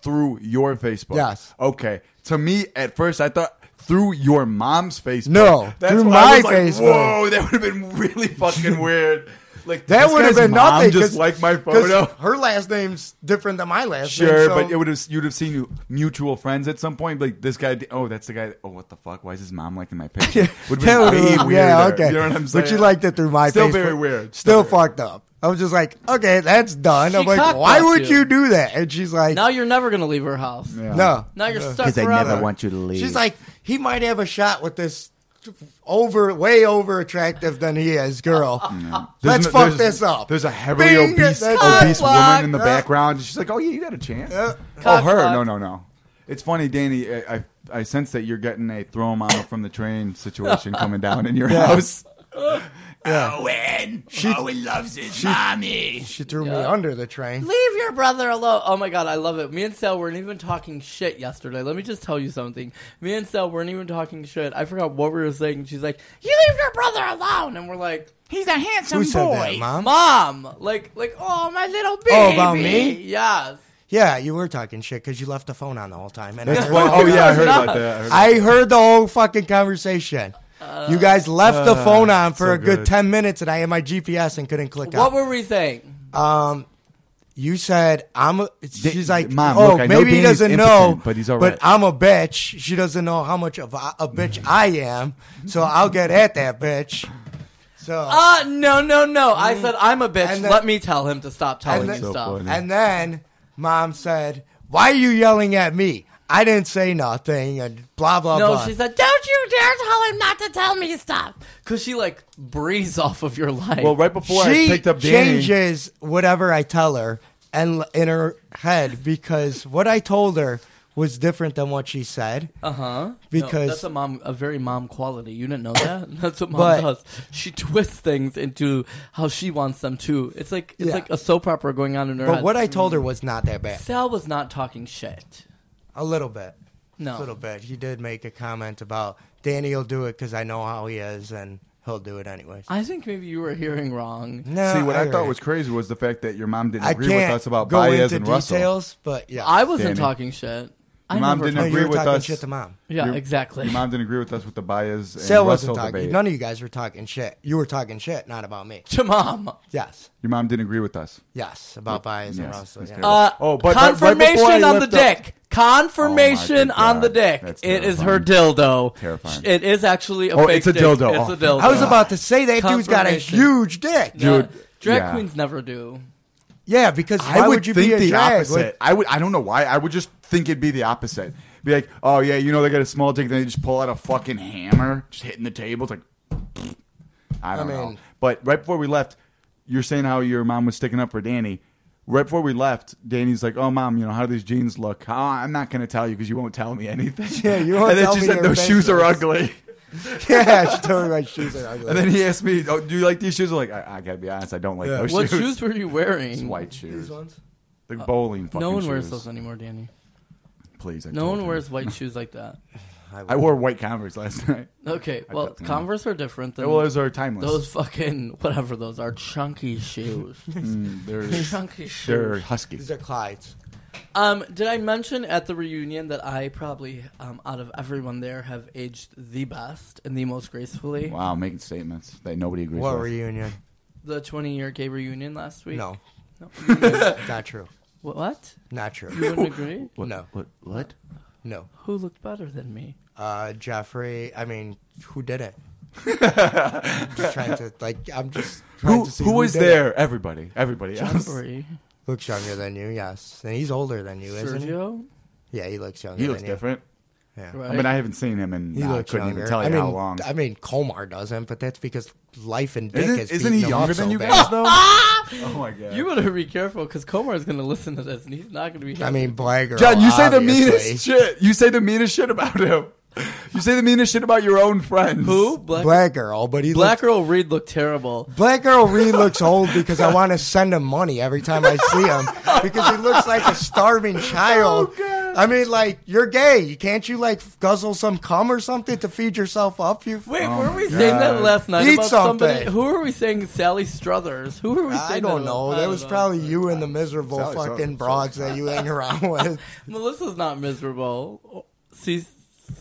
S2: through your Facebook.
S3: Yes.
S2: Okay. To me, at first, I thought through your mom's Facebook.
S3: No,
S2: That's
S3: through
S2: why I was
S3: my
S2: like,
S3: Facebook.
S2: Whoa, that would have been really fucking weird. Like
S3: That
S2: this
S3: would have
S2: guy's
S3: been
S2: mom
S3: nothing.
S2: Just
S3: 'cause-
S2: like my
S3: 'cause
S2: photo.
S3: Her last name's different than my last name.
S2: Sure,
S3: so-
S2: but it would have you'd have seen mutual friends at some point. Like this guy, oh, that's the guy. Oh, what the fuck? Why is his mom liking my picture? Would
S3: That
S2: have
S3: would've
S2: been way
S3: been-
S2: weirder.
S3: yeah, okay.
S2: You know what I'm saying?
S3: But you liked it through my
S2: Still
S3: Facebook.
S2: very weird.
S3: Still,
S2: Still very
S3: fucked up. I was just like, okay, that's done.
S4: She
S3: I'm like,
S4: cockblocked
S3: why would
S4: you.
S3: you do that? And she's like,
S4: Now you're never gonna leave her house.
S2: Yeah.
S3: no,
S4: Now you're stuck.
S1: Because I
S4: forever.
S1: never want you to leave.
S3: She's like, he might have a shot with this over, way over attractive than he is, girl.
S2: There's
S3: Let's
S2: no-
S3: fuck
S2: there's-
S3: this up.
S2: There's a heavily
S3: Bing,
S2: obese,
S3: that's
S2: obese
S4: cock
S2: woman in the
S3: block.
S2: background. and She's like, oh yeah, you got a chance.
S3: Uh,
S2: oh,
S4: Cock
S2: her?
S4: block.
S2: No, no, no. It's funny, Danny. I I, I sense that you're getting a throw mama from the train situation coming down in your house. Owen, Owen loves his mommy.
S3: she threw me
S4: Yeah.
S3: under the train.
S4: Leave your brother alone. Oh my god, I love it. Me and Sal weren't even talking shit yesterday. Let me just tell you something. Me and Sal weren't even talking shit. I forgot what we were saying. She's like, "You leave your brother alone," and we're like,
S5: He's a handsome
S3: Who said that,
S5: boy.
S3: mom?
S4: "Mom, like, like, oh my little baby."
S3: Oh, about me?
S4: Yes.
S3: Yeah, you were talking shit because you left the phone on the whole time. And I
S2: That's
S3: heard,
S2: why.
S3: the-
S2: Oh yeah, I heard about that. I heard about
S3: I heard the whole fucking conversation. you guys left the phone on for
S2: so
S3: a good,
S2: good.
S3: 10 minutes and I had my GPS and couldn't click
S4: What
S3: out.
S4: were we saying?
S3: um, you said I'm. A, she's like,
S2: Mom,
S3: oh,
S2: look, I know
S3: maybe he
S2: Danny's
S3: doesn't
S2: impotent,
S3: know,
S2: but he's all right."
S3: I'm a bitch. She doesn't know how much of a, a bitch I am, so I'll get at that bitch. So
S2: Oh,
S4: Uh no, no, no. I said I'm a bitch.
S3: Mm. And then-
S4: Let me tell him to stop
S3: And
S4: telling me
S3: then-
S2: So
S4: stuff.
S2: funny.
S3: and then mom said, "Why are you yelling at me? I didn't say nothing." And blah blah
S4: No,
S3: blah.
S4: she said, "Don't you dare tell him not to tell me stuff," because she like breathes off of your life.
S2: Well, right before
S3: she
S2: I picked up Danny,
S3: changes whatever I tell her and l- in her head because what I told her was different than what she said.
S2: Uh-huh.
S4: Uh huh.
S3: Because-
S4: that's a mom, a very mom quality. You didn't know that. That's what mom
S3: But-
S4: does. She twists things into how she wants them to. It's like it's
S3: Yeah.
S4: like a soap opera going on in her
S3: But
S4: head.
S3: what I told her was not that bad.
S4: Sal was not talking shit.
S3: A little bit.
S4: No.
S3: A little bit. He did make a comment about Danny will do it because I know how he is and he'll do it anyways.
S4: I think maybe you were hearing wrong.
S3: No,
S2: See, what I,
S3: heard
S2: thought
S3: it.
S2: was crazy was the fact that your mom didn't
S3: I
S2: agree
S3: can't
S2: with us about
S3: go
S2: Baez
S3: into
S2: and Russell.
S3: details, but yeah.
S4: I wasn't
S2: Danny.
S4: talking shit. I
S2: Your mom
S4: never
S2: didn't
S3: no,
S4: talked-
S3: you
S2: agree
S3: were
S2: with
S3: talking
S2: us.
S3: shit to mom.
S4: Yeah,
S2: Your-
S4: exactly.
S2: Your mom didn't agree with us with the Baez and
S3: Sal
S2: Russell
S3: wasn't talking.
S2: debate.
S3: None of you guys were talking shit. You were talking shit, not about me.
S4: to mom.
S3: Yes.
S2: Your mom didn't agree with us.
S3: Yes. About Baez and
S2: Yes,
S3: Russell.
S2: that's
S3: yeah.
S2: terrible.
S4: Uh,
S2: Oh, but- but right before I
S4: confirmation on the
S2: left the-
S4: dick.
S2: Oh,
S4: Confirmation
S2: my good
S4: on the
S2: God.
S4: dick.
S2: That's
S4: It is her
S2: terrifying.
S4: dildo.
S2: Terrifying.
S4: It is actually a
S2: Oh,
S4: fake
S2: it's a
S4: dick.
S2: dildo.
S4: It's
S2: Oh.
S4: a dildo.
S3: I was about to say that dude's got a
S4: Confirmation.
S3: huge dick. Yeah,
S4: No,
S2: Dude,
S4: drag
S2: yeah.
S4: queens never do.
S3: because
S2: I
S3: why
S2: would,
S3: would, you
S2: think
S3: be a
S2: the
S3: drag?
S2: opposite. I would. I don't know why. I would just think it'd be the opposite. Be like, oh yeah, you know they got a small dick, then they just pull out a fucking hammer, just hitting the table. It's like, I don't know.
S3: mean-
S2: But right before we left, you're saying how your mom was sticking up for Danny. Right before we left, Danny's like, "Oh, mom, you know how do these jeans look? Oh, I'm not going to tell you because you won't tell me anything."
S3: Yeah, you won't
S2: And then
S3: tell
S2: she
S3: me
S2: said,
S3: your
S2: "Those shoes are
S3: business."
S2: ugly."
S3: yeah, she told me my shoes are ugly.
S2: And then he asked me, "Oh, do you like these shoes?" I'm like, I, I gotta be honest, I don't like
S3: Yeah.
S2: those
S4: What
S2: shoes.
S4: shoes were you
S2: It's
S4: wearing?
S2: white shoes.
S3: These ones?
S2: The bowling fucking
S4: Mm-hmm. Uh, No one
S2: shoes.
S4: wears those anymore, Danny.
S2: Please, I
S4: No
S2: told
S4: one
S2: you.
S4: wears white shoes like that.
S2: I wore white Converse last night.
S4: Okay,
S2: I
S4: well,
S2: got them.
S4: Converse are different than
S2: well, those are timeless.
S4: those fucking whatever those are chunky shoes.
S2: Mm, they're
S4: chunky
S2: they're
S4: shoes.
S2: husky.
S3: These are Clydes.
S4: Um, did I mention at the reunion that I probably, um, out of everyone there, have aged the best and the most gracefully?
S2: Wow, making statements that nobody agrees
S3: What
S2: with.
S3: reunion?
S4: The 20-year gay reunion last week.
S3: No,
S4: No.
S3: not true.
S4: Wh- what?
S3: Not
S4: You
S3: true.
S4: wouldn't agree?
S2: What,
S3: No.
S2: What? What?
S3: No.
S4: Who looked better than me?
S3: Uh, Jeffrey, I mean, who did it? I'm just trying to, like, I'm just trying
S2: Who,
S3: to see
S2: who was
S3: did it.
S2: there? Everybody. Everybody else.
S4: Jeffrey,
S3: Looks younger than you, yes. And he's older than you, isn't he?
S4: Sergio,
S3: Yeah, he looks younger
S2: He
S3: than
S2: looks
S3: you.
S2: different.
S3: Yeah.
S4: right?
S2: I mean, I haven't seen him, and
S3: He
S2: nah, I
S3: looks
S2: couldn't
S3: younger.
S2: even tell you
S3: I mean,
S2: how long.
S3: I mean, Colmar doesn't, but that's because life and dick
S2: isn't
S3: is
S2: isn't he
S3: beating him
S2: younger
S3: up so
S2: than you
S3: bad.
S2: guys though? oh my god.
S4: you better be careful because Comar's going to listen to this and he's not going to be.
S3: I
S4: happy.
S3: mean, black girl.
S2: John, you say the
S3: obviously.
S2: meanest shit. You say the meanest shit about him. You say the meanest shit about your own friends.
S4: who black
S3: Black girl, but he
S4: Black
S3: looks,
S4: Girl Reed looked terrible.
S3: black girl really looks old because I want to send him money every time I see him because he looks like a starving
S4: Oh,
S3: child. I mean, like you're gay. Can't you like guzzle some cum or something to feed yourself up? You
S4: Wait,
S2: Oh
S4: were
S2: my
S4: we saying that
S2: God.
S4: last night
S3: Eat
S4: about somebody?
S3: something.
S4: Who were we saying Sally Struthers? Who were we saying
S3: I don't
S4: that
S3: know.
S4: about? I
S3: That
S4: don't
S3: was
S4: know.
S3: probably you and the miserable
S2: Sally Struthers.
S3: fucking broads that you hang around with.
S4: Melissa's not miserable. Si,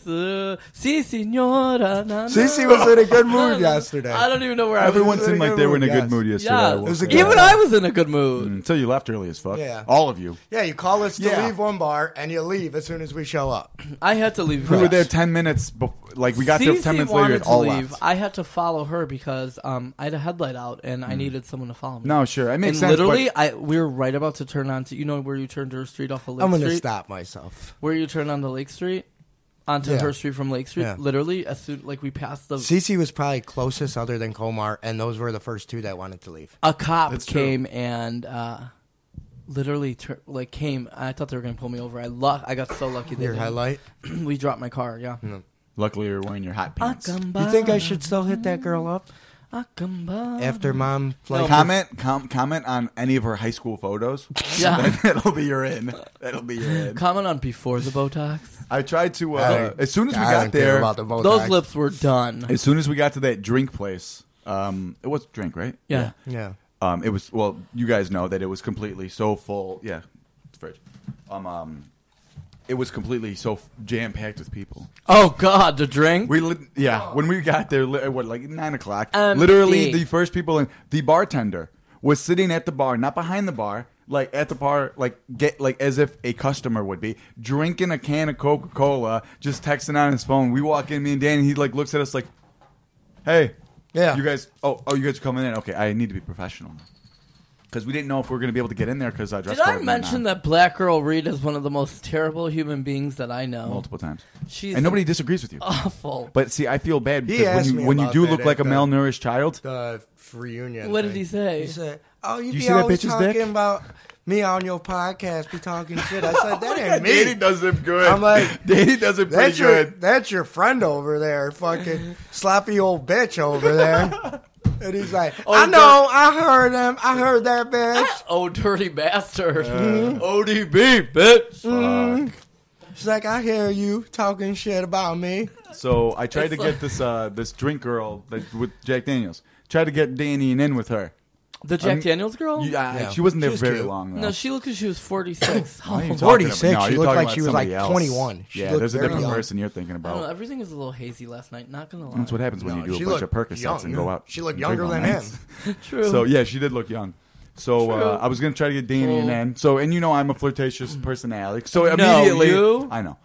S4: si, si senora. Na, na.
S3: Cece was in a good
S4: Na, na,
S3: mood
S4: na.
S3: yesterday.
S4: I don't even know where I
S2: Everyone
S4: was.
S3: It was a
S2: seemed like
S3: good
S2: they were in a
S3: mood,
S2: good
S3: yes.
S2: mood yesterday.
S4: Yeah,
S2: I
S4: it
S2: will
S3: was a
S2: say
S3: good
S2: that.
S4: Even I was in a good mood.
S2: uh, until you left early as fuck.
S3: Yeah.
S2: All of you.
S3: Yeah, you call us to
S2: Yeah.
S3: leave one bar and you leave as soon as we show up.
S4: I had to leave.
S2: We were
S4: first.
S2: there ten minutes. Before, like we got there
S4: Cece
S2: ten minutes
S4: wanted
S2: later. It
S4: to
S2: all
S4: leave.
S2: left.
S4: I had to follow her because um, I had a headlight out and I needed someone to follow me.
S2: No, sure. It
S4: and
S2: makes sense.
S4: literally,
S2: but
S4: I we were right about to turn onto you know where you turned her street off of Lake
S3: I'm going to
S4: Street.
S3: stop myself.
S4: where you turn onto Lake Street, onto
S3: Yeah.
S4: her street from Lake Street.
S3: Yeah.
S4: Literally, as soon like we passed the,
S3: Cece was probably closest other than Komar, and those were the first two that wanted to leave.
S4: a cop
S2: That's true.
S4: came and uh, literally tur like came. I thought they were gonna pull me over. I luck. I got so lucky. They
S3: Your
S4: didn't.
S3: highlight?
S4: we dropped my car. Yeah.
S2: luckily you're wearing your hot
S4: Ah,
S2: pants.
S3: You think I should still hit that girl up?
S4: Akamba.
S3: After mom, like,
S2: Comment, com- comment on any of her high school photos.
S4: Yeah.
S2: that'll be your in. That'll be your in.
S4: Comment on before the Botox.
S2: I tried to. Uh,
S3: I-
S2: as soon as we
S3: I
S2: got
S3: don't care
S2: there,
S3: about the Botox.
S4: Those lips were done.
S2: as soon as we got to that drink place, um, it was drink, right?
S4: yeah.
S3: Yeah.
S2: Um, it was well, you guys know that it was completely so full. Yeah, it's fridge. Um, um, it was completely so jam packed with people.
S4: Oh God, the drink.
S2: We lit yeah, when we got there, li- what like nine o'clock.
S4: Oh. Um,
S2: literally,
S4: the-
S2: the first people in the bartender was sitting at the bar, not behind the bar, like at the bar, like get like as if a customer would be drinking a can of Coca Cola, just texting on his phone. We walk in, me and Dan, he like looks at us like, "Hey,
S3: Yeah.
S2: you guys, oh, oh, you guys are coming in? Okay, I need to be professional." Because we didn't know if we were going to be able to get in there because I dressed.
S4: Did I mention that Black Girl Reed is one of the most terrible human beings that I know?
S2: multiple times?
S4: She's Oh.
S2: and nobody disagrees with you.
S4: awful.
S2: But see, I feel bad because when
S3: asked
S2: you,
S3: me
S2: when you
S3: about
S2: do
S3: that
S2: look like a
S3: at the-
S2: malnourished child,
S3: The reunion.
S4: What did
S3: thing.
S4: he say?
S3: He said, Oh,
S2: You
S3: you,
S2: see
S3: be
S2: that
S3: always
S2: bitch's
S3: talking
S2: dick?
S3: about me on your podcast, be talking shit. I said, That ain't me.
S2: Danny does him good.
S3: I'm like,
S2: Danny does him pretty
S3: That's your
S2: good.
S3: that's your friend over there, fucking sloppy old bitch over there. And he's like, I
S4: no.
S3: know, I heard him, I heard that bitch.
S4: Oh, dirty bastard. ODB, bitch.
S3: She's like, I hear you talking shit about me.
S2: So I tried
S4: It's
S2: to
S4: like-
S2: get this uh, this drink girl that, with Jack Daniels. Tried to get Danny in with her.
S4: The Jack
S2: Um,
S4: Daniels girl?
S2: You- I-
S3: Oh. Yeah.
S2: She wasn't there
S3: She was
S2: very
S3: cute.
S2: long. Though.
S4: No, she looked like she was 46.
S2: Why are you
S4: I
S2: talking about-
S3: 46,
S2: no,
S3: she
S2: you're
S3: looked
S2: talking
S3: like
S2: about
S3: she was, like,
S2: somebody else.
S3: 21. She
S2: yeah,
S3: looked
S2: there's a
S3: very
S2: different
S3: young.
S2: person you're thinking
S4: don't know.
S2: about.
S4: Everything was a little hazy last night. Not going to lie.
S2: Oh. That's what happens when
S3: No,
S2: you
S3: she
S2: do a bunch of
S3: looked
S2: Percocets
S3: young.
S2: and go out.
S3: She looked
S2: and drink
S3: younger
S2: all
S3: than
S2: night.
S3: him.
S4: True.
S2: So yeah, she did look young. So uh,
S4: True.
S2: I was gonna try to get Danny and
S4: Well-
S2: then so and you know I'm a flirtatious personality. So
S4: No,
S2: immediately
S4: you-
S2: I know.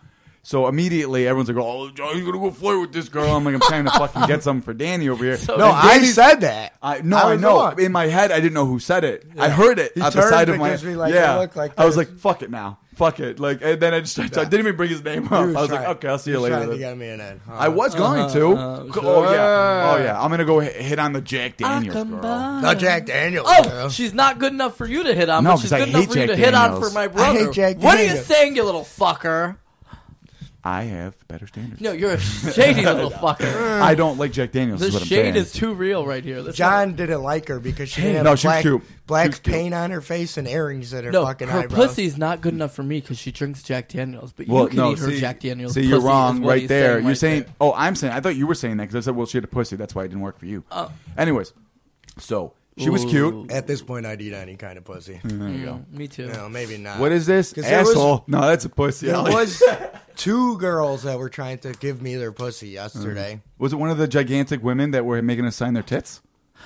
S2: So immediately everyone's like, "Oh, Joe, you're gonna go flirt with this girl." I'm like, "I'm trying to fucking get something for Danny over here."
S4: So-
S3: No,
S4: And
S3: I
S2: Danny's-
S3: said that.
S2: I no,
S3: I
S2: I,
S3: was
S2: know.
S3: wrong.
S2: In my head, I didn't know who said it. I heard it
S3: He
S2: on the
S3: turned
S2: side of my
S3: because we, like,
S2: yeah.
S3: look like
S2: I was
S3: this.
S2: like, "Fuck it now, fuck it." Like, and then I just tried to- I didn't even bring his name up. I
S3: You
S2: was
S3: trying-
S2: like, "Okay, I'll see you
S3: you
S2: later."
S3: trying to
S2: then."
S3: get me in it, huh?
S2: I was going to.
S4: uh,
S2: oh yeah,
S4: sure.
S2: oh yeah. I'm gonna go hit, hit on the Jack Daniels
S4: come
S2: girl.
S4: by.
S3: No, Jack Daniels.
S4: Oh,
S3: girl.
S4: she's not good enough for you to hit on,
S2: No,
S4: but she's
S2: 'cause I
S4: good enough
S2: hate
S4: for you
S2: Jack
S4: to hit on
S2: Daniels.
S4: for my
S3: I
S4: brother.
S3: hate Jack
S4: what are you
S3: Daniels.
S4: saying, you little fucker?
S2: I have better standards.
S4: No, you're a shady little fucker.
S2: I don't like Jack Daniels.
S4: The
S2: is what I'm
S4: shade
S2: saying.
S4: is too real right here. That's
S3: John didn't like her because she didn't have
S2: No, she was
S3: black,
S2: cute. She was
S3: black
S2: cute.
S3: paint on her face and earrings in her
S4: No,
S3: fucking
S4: her
S3: eyebrows.
S4: pussy's not good enough for me because she drinks Jack Daniels. But
S2: Well,
S4: you can
S2: no,
S4: eat her
S2: see,
S4: Jack Daniels.
S2: See, you're
S4: pussy, is
S2: wrong
S4: what
S2: right
S4: he's
S2: there. you're
S4: right
S2: saying,
S4: there.
S2: oh, I'm saying, I thought you were saying that because I said, well, she had a pussy. That's why I didn't work for you.
S4: Oh.
S2: Anyways, so she was
S4: Ooh.
S2: cute.
S3: At this point, I'd eat any kind of pussy.
S2: There you go.
S4: me too.
S3: No, maybe not.
S2: Mm-hmm. What is this?
S3: 'Cause there was-
S2: Asshole. no, that's a pussy.
S3: There
S2: Ellie.
S3: was two girls that were trying to give me their pussy yesterday.
S2: Was it one of the gigantic women that were making us sign their tits?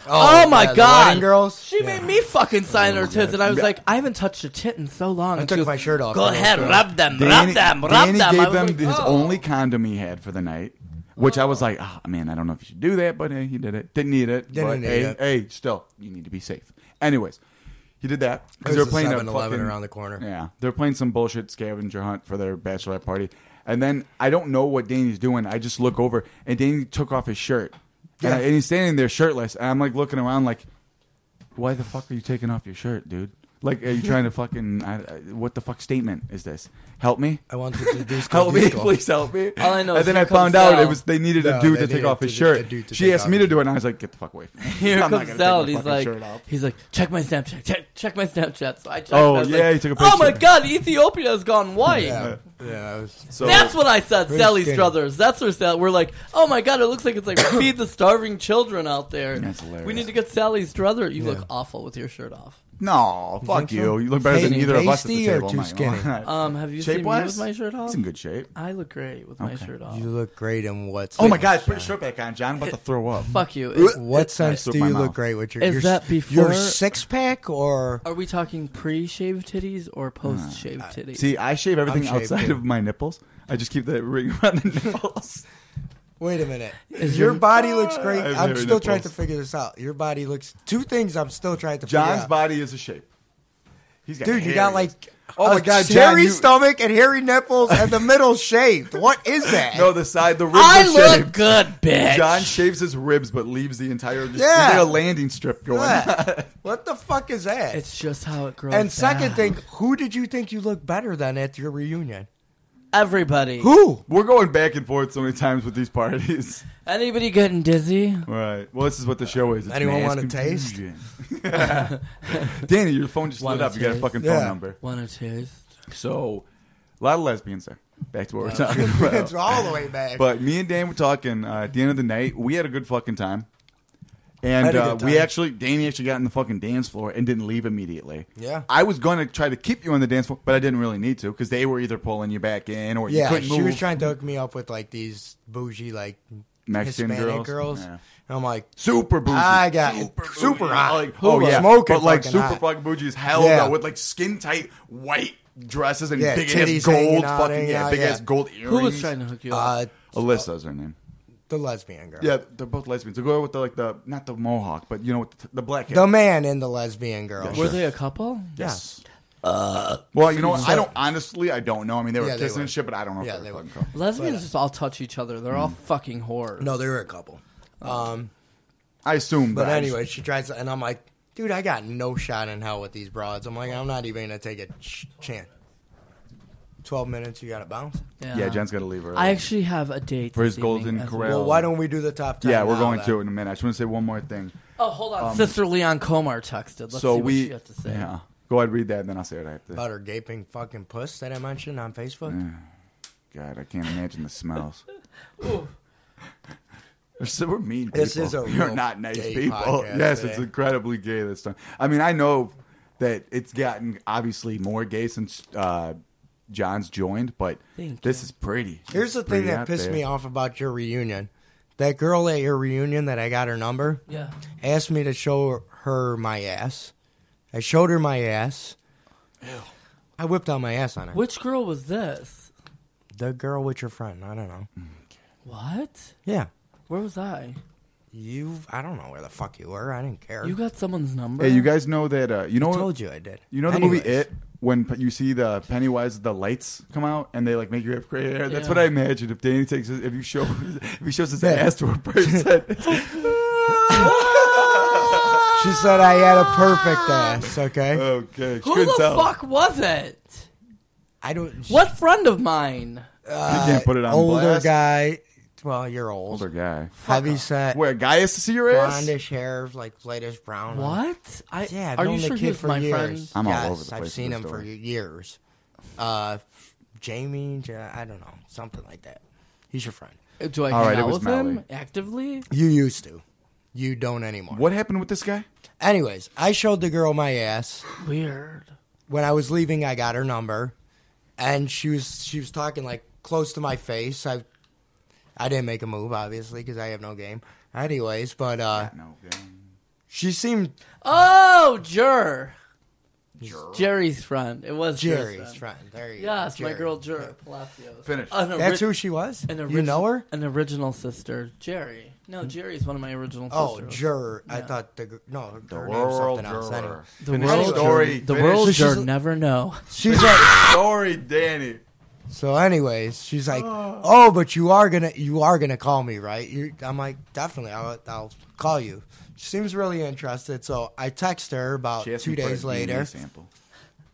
S4: Oh, my
S3: yeah, the
S4: god,
S3: wedding girls.
S4: She
S3: Yeah.
S4: made me fucking sign
S2: Oh
S4: her tits, and I was like, I haven't touched a tit in so long.
S3: I
S4: And
S3: took
S4: she goes,
S3: my shirt off.
S4: Go
S3: I was
S4: ahead,
S3: like,
S4: rub them,
S2: Danny,
S4: rub them, rub
S2: Danny
S4: them.
S2: gave
S4: I was
S2: them
S4: like,
S2: his
S4: oh.
S2: only condom he had for the night, which I was like, oh, man, I don't know if you should do that, but hey, he did it. Didn't need it.
S3: Didn't
S2: but
S3: need
S2: hey,
S3: it.
S2: hey, still, you need to be safe. Anyways, he did that because
S3: There's
S2: they were
S3: a
S2: playing a
S3: 7-Eleven
S2: fucking,
S3: around the corner.
S2: Yeah, they're playing some bullshit scavenger hunt for their bachelorette party, and then I don't know what Danny's doing. I just look over, and Danny took off his shirt, and, I-
S3: Yeah.
S2: and he's standing there shirtless, and I'm like looking around, like, why the fuck are you taking off your shirt, dude? Like, are you trying to fucking I, I- what the fuck statement is this? Help me.
S3: I wanted to do
S2: Help me,
S3: disco.
S2: please help me.
S4: All I know
S2: and
S4: is
S2: then
S4: here
S2: I found
S4: comes
S2: out
S4: Sal.
S2: it was they needed a
S3: No,
S2: dude
S3: they
S2: to take
S3: needed
S2: off
S3: to
S2: his
S3: do- a
S2: shirt.
S3: dude to
S2: She
S3: take
S2: asked
S3: off
S2: me to
S3: his
S2: do it, and I was like, "Get the fuck away!" From me.
S4: Here
S2: I'm not
S4: comes
S2: gonna take
S4: Zell.
S2: my
S4: He's
S2: fucking
S4: like,
S2: shirt off.
S4: he's like, check my Snapchat, check, check my Snapchat. So I checked.
S2: Oh,
S4: I was
S2: yeah,
S4: like,
S2: he took a
S4: Oh my
S2: picture."
S4: God, Ethiopia's gone white.
S3: Yeah, yeah. I was-
S2: So-
S4: That's what I said,
S3: Very
S4: Sally
S3: skinny.
S4: Struthers. That's her. Sal- We're like, oh my god, it looks like it's like feed the starving children out there.
S2: That's hilarious.
S4: We need to get Sally Struthers. You
S3: Yeah.
S4: look awful with your shirt off.
S2: No, fuck
S3: think
S2: you.
S3: so?
S2: You look better than
S3: Tasty-
S2: either of us at the
S3: tasty or
S2: table.
S3: too
S2: my God.
S3: skinny?
S4: Um, have you seen me
S2: Shape-wise?
S4: with my shirt off?
S2: He's in good shape.
S4: I look great with my
S2: Okay.
S4: shirt off.
S3: you look great in what?
S2: Oh my
S3: sense,
S2: God, put
S3: John?
S2: your shirt back on, John. I'm about to throw up.
S4: Fuck you. Is-
S3: What sense
S2: through
S3: do you
S2: my mouth.
S3: look great with your?
S4: Is
S3: your,
S4: that
S3: your
S4: before-
S3: six pack or?
S4: Are we talking pre-shave titties or post-shave titties?
S2: See, I shave everything
S3: shaved,
S2: outside
S3: too.
S2: of my nipples. I just keep that ring around the nipples.
S3: Wait a minute.
S4: Is
S3: your
S4: your-
S3: body looks great.
S2: I have
S3: I'm
S2: hairy
S3: still trying to
S2: Ah, nipples.
S3: figure this out. Your body looks. Two things I'm still trying to. figure
S2: John's
S3: out.
S2: body is a shape. He's got
S3: Dude, you
S2: hair.
S3: got like
S2: Oh my
S3: a
S2: God,
S3: hairy
S2: John, you-
S3: stomach and hairy nipples, and the middle shaved. What is that?
S2: no the side. The ribs
S4: I
S2: are
S4: look
S2: shaved.
S4: good, bitch.
S2: John shaves his ribs, but leaves the entire just
S3: Yeah.
S2: yeah. landing strip going.
S3: What? what the fuck is that?
S4: it's just how it grows.
S3: and second
S4: back.
S3: thing, who did you think you looked better than at your reunion?
S4: everybody,
S3: Who?
S2: We're going back and forth so many times with these parties.
S4: anybody getting dizzy?
S2: Right. Well, this is what the show is. It's
S3: Anyone
S2: mass
S3: want a taste?
S2: confusion. Danny, your phone just
S4: Want
S2: lit
S4: a
S2: up. You got a
S4: taste?
S2: fucking phone
S3: Yeah.
S2: number.
S4: Want a taste?
S2: So, a lot of lesbians there. Back to what we're talking
S3: it's
S2: about.
S3: all the way back.
S2: But me and Dan were talking uh, at the end of the night. We had a good fucking time.
S3: Had
S2: And
S3: a
S2: uh,
S3: good
S2: we
S3: time.
S2: actually, Danny actually got on the fucking dance floor and didn't leave immediately.
S3: Yeah.
S2: I was going to try to keep you on the dance floor, but I didn't really need to because they were either pulling you back in or you
S3: yeah,
S2: couldn't
S3: she
S2: move.
S3: was trying to hook me up with like these bougie like
S2: Mexican
S3: Hispanic
S2: girls?
S3: girls.
S2: Yeah.
S3: And I'm like,
S2: super bougie.
S3: I got
S2: super,
S3: super
S2: bougie.
S3: hot.
S2: Like,
S3: Who
S2: oh
S3: was
S2: yeah,
S3: smoking
S2: but like
S3: fucking
S2: super
S3: hot.
S2: fucking bougie as hell
S3: Yeah.
S2: though, with like skin tight white dresses and
S3: Yeah,
S2: big ass
S3: titties
S2: gold
S3: hanging out,
S2: fucking
S3: hanging
S2: yeah,
S3: out,
S2: big
S3: yeah.
S2: ass gold earrings.
S4: Who was trying to hook you up?
S3: uh,
S2: Alyssa's her name.
S3: the lesbian girl.
S2: Yeah, they're both lesbians. The girl with the like the not the mohawk, but you know with the, the black hair.
S3: The man and the lesbian girl.
S4: Uh, Were they a couple?
S2: yes. Uh, well, you know, what? I don't honestly. I don't know. I mean, they were
S3: Yeah, they
S2: kissing
S3: were.
S2: and shit, but I don't know.
S3: Yeah,
S2: if they
S3: they
S2: were
S3: were.
S2: fucking couple.
S4: Lesbians just all touch each other. They're all fucking whores.
S3: No, they were a couple. Um,
S2: I assume,
S3: but
S2: I just-
S3: anyway, she tries to, and I'm like, dude, I got no shot in hell with these broads. I'm like, I'm not even gonna take a ch- chance. Twelve minutes, you gotta bounce.
S2: yeah, Jen's got to leave her.
S4: I actually have a date
S2: For his
S4: this evening
S2: golden
S4: as
S2: corral.
S4: Well.
S3: Well, why don't we do the top ten?
S2: yeah, we're
S3: now,
S2: going
S3: then?
S2: to in a minute. I just want to say one more thing.
S4: Oh, hold on. Sister Leon Komar texted. Let's
S2: Um, so
S4: see what
S2: we
S4: she has to say.
S2: yeah, go ahead read that, and then I'll say what I have to.
S3: about her gaping fucking puss that I mentioned on Facebook.
S2: God, I can't imagine the smells. So we're mean people.
S3: This is a
S2: You're
S3: real
S2: not nice
S3: gay
S2: people.
S3: podcast
S2: yes,
S3: today.
S2: it's incredibly gay this time. I mean, I know that it's gotten obviously more gay since uh, John's joined, but
S4: Thank
S2: this
S4: you.
S2: is pretty.
S3: Here's the
S2: It's pretty
S3: thing that
S2: out
S3: pissed
S2: there.
S3: me off about your reunion. That girl at your reunion that I got her number
S4: Yeah.
S3: asked me to show her my ass. I showed her my ass. I whipped out my ass on her.
S4: Which girl was this?
S3: The girl with your friend. I don't
S2: Hmm.
S3: know.
S4: What?
S3: Yeah.
S4: Where was I?
S3: You, I don't know where the fuck you were. I didn't care.
S4: You got someone's number.
S2: Hey, you guys know that uh, you know
S3: I
S2: what-
S3: told you I did.
S2: You know the movie
S3: Anyways.
S2: It when p- you see the Pennywise the lights come out and they like make you have gray hair. That's
S4: Yeah.
S2: what I imagine if Danny takes his, if you show if he shows his
S3: Yeah.
S2: ass to a person.
S3: She said I had a perfect ass. Okay.
S2: Uh, okay, she
S4: Who
S2: couldn't
S4: the
S2: tell.
S4: fuck was it?
S3: I don't.
S4: What friend of mine?
S3: Uh,
S2: you can't put it on
S3: older
S2: blast.
S3: guy. Well, you're old.
S2: Older guy.
S3: Heavy set,
S2: Where a guy has to see your ass?
S3: blondish hair, like lightish brown.
S4: What? I,
S3: Yeah, I've
S4: are
S3: known
S4: you
S3: the
S4: sure
S3: kid
S4: he was
S3: for
S4: my
S3: years.
S4: friend?
S2: I'm all
S3: yes,
S2: over the place
S3: I've
S2: with
S3: seen
S2: this
S3: him for
S2: story.
S3: years. Uh, Jamie, Ja- I don't know, something like that. He's your friend.
S4: Uh, Do I
S2: All
S4: hang
S2: right, it
S4: out
S2: was
S4: with
S2: Mallory.
S4: him actively?
S3: You used to. You don't anymore.
S2: What happened with this guy?
S3: Anyways, I showed the girl my ass.
S4: Weird.
S3: When I was leaving, I got her number, and she was she was talking like close to my face. I I didn't make a move, obviously, because I have no game. Anyways, but uh,
S2: No.
S3: she seemed
S4: Oh, Jer. Jerry's friend. It was
S3: Jerry's friend. There you go.
S4: Yes, my
S3: Jerry.
S4: girl Jer Palacios.
S2: Finish.
S4: An ori-
S3: That's who she was.
S4: an
S3: you know
S4: origi-
S3: her?
S4: An original sister, Jerry. No, Jerry's one of my original
S3: Oh,
S4: sisters.
S3: Jur. I
S4: Yeah.
S3: thought the gr- no,
S2: The
S3: her name's
S2: world
S3: something else. Anyway.
S2: juror.
S4: The
S2: Finish
S4: world,
S2: story.
S4: The
S2: Finish
S4: world,
S3: So she's
S4: Jer,
S3: a-
S4: never know.
S3: She's like,
S2: Story, Danny.
S3: so. Anyways, she's like, oh, but you are gonna, you are gonna call me, right? You, I'm like, definitely, I'll, I'll call you. She seems really interested, so I text her about
S2: She asked
S3: two
S2: me for a
S3: days
S2: DNA
S3: later,
S2: Sample.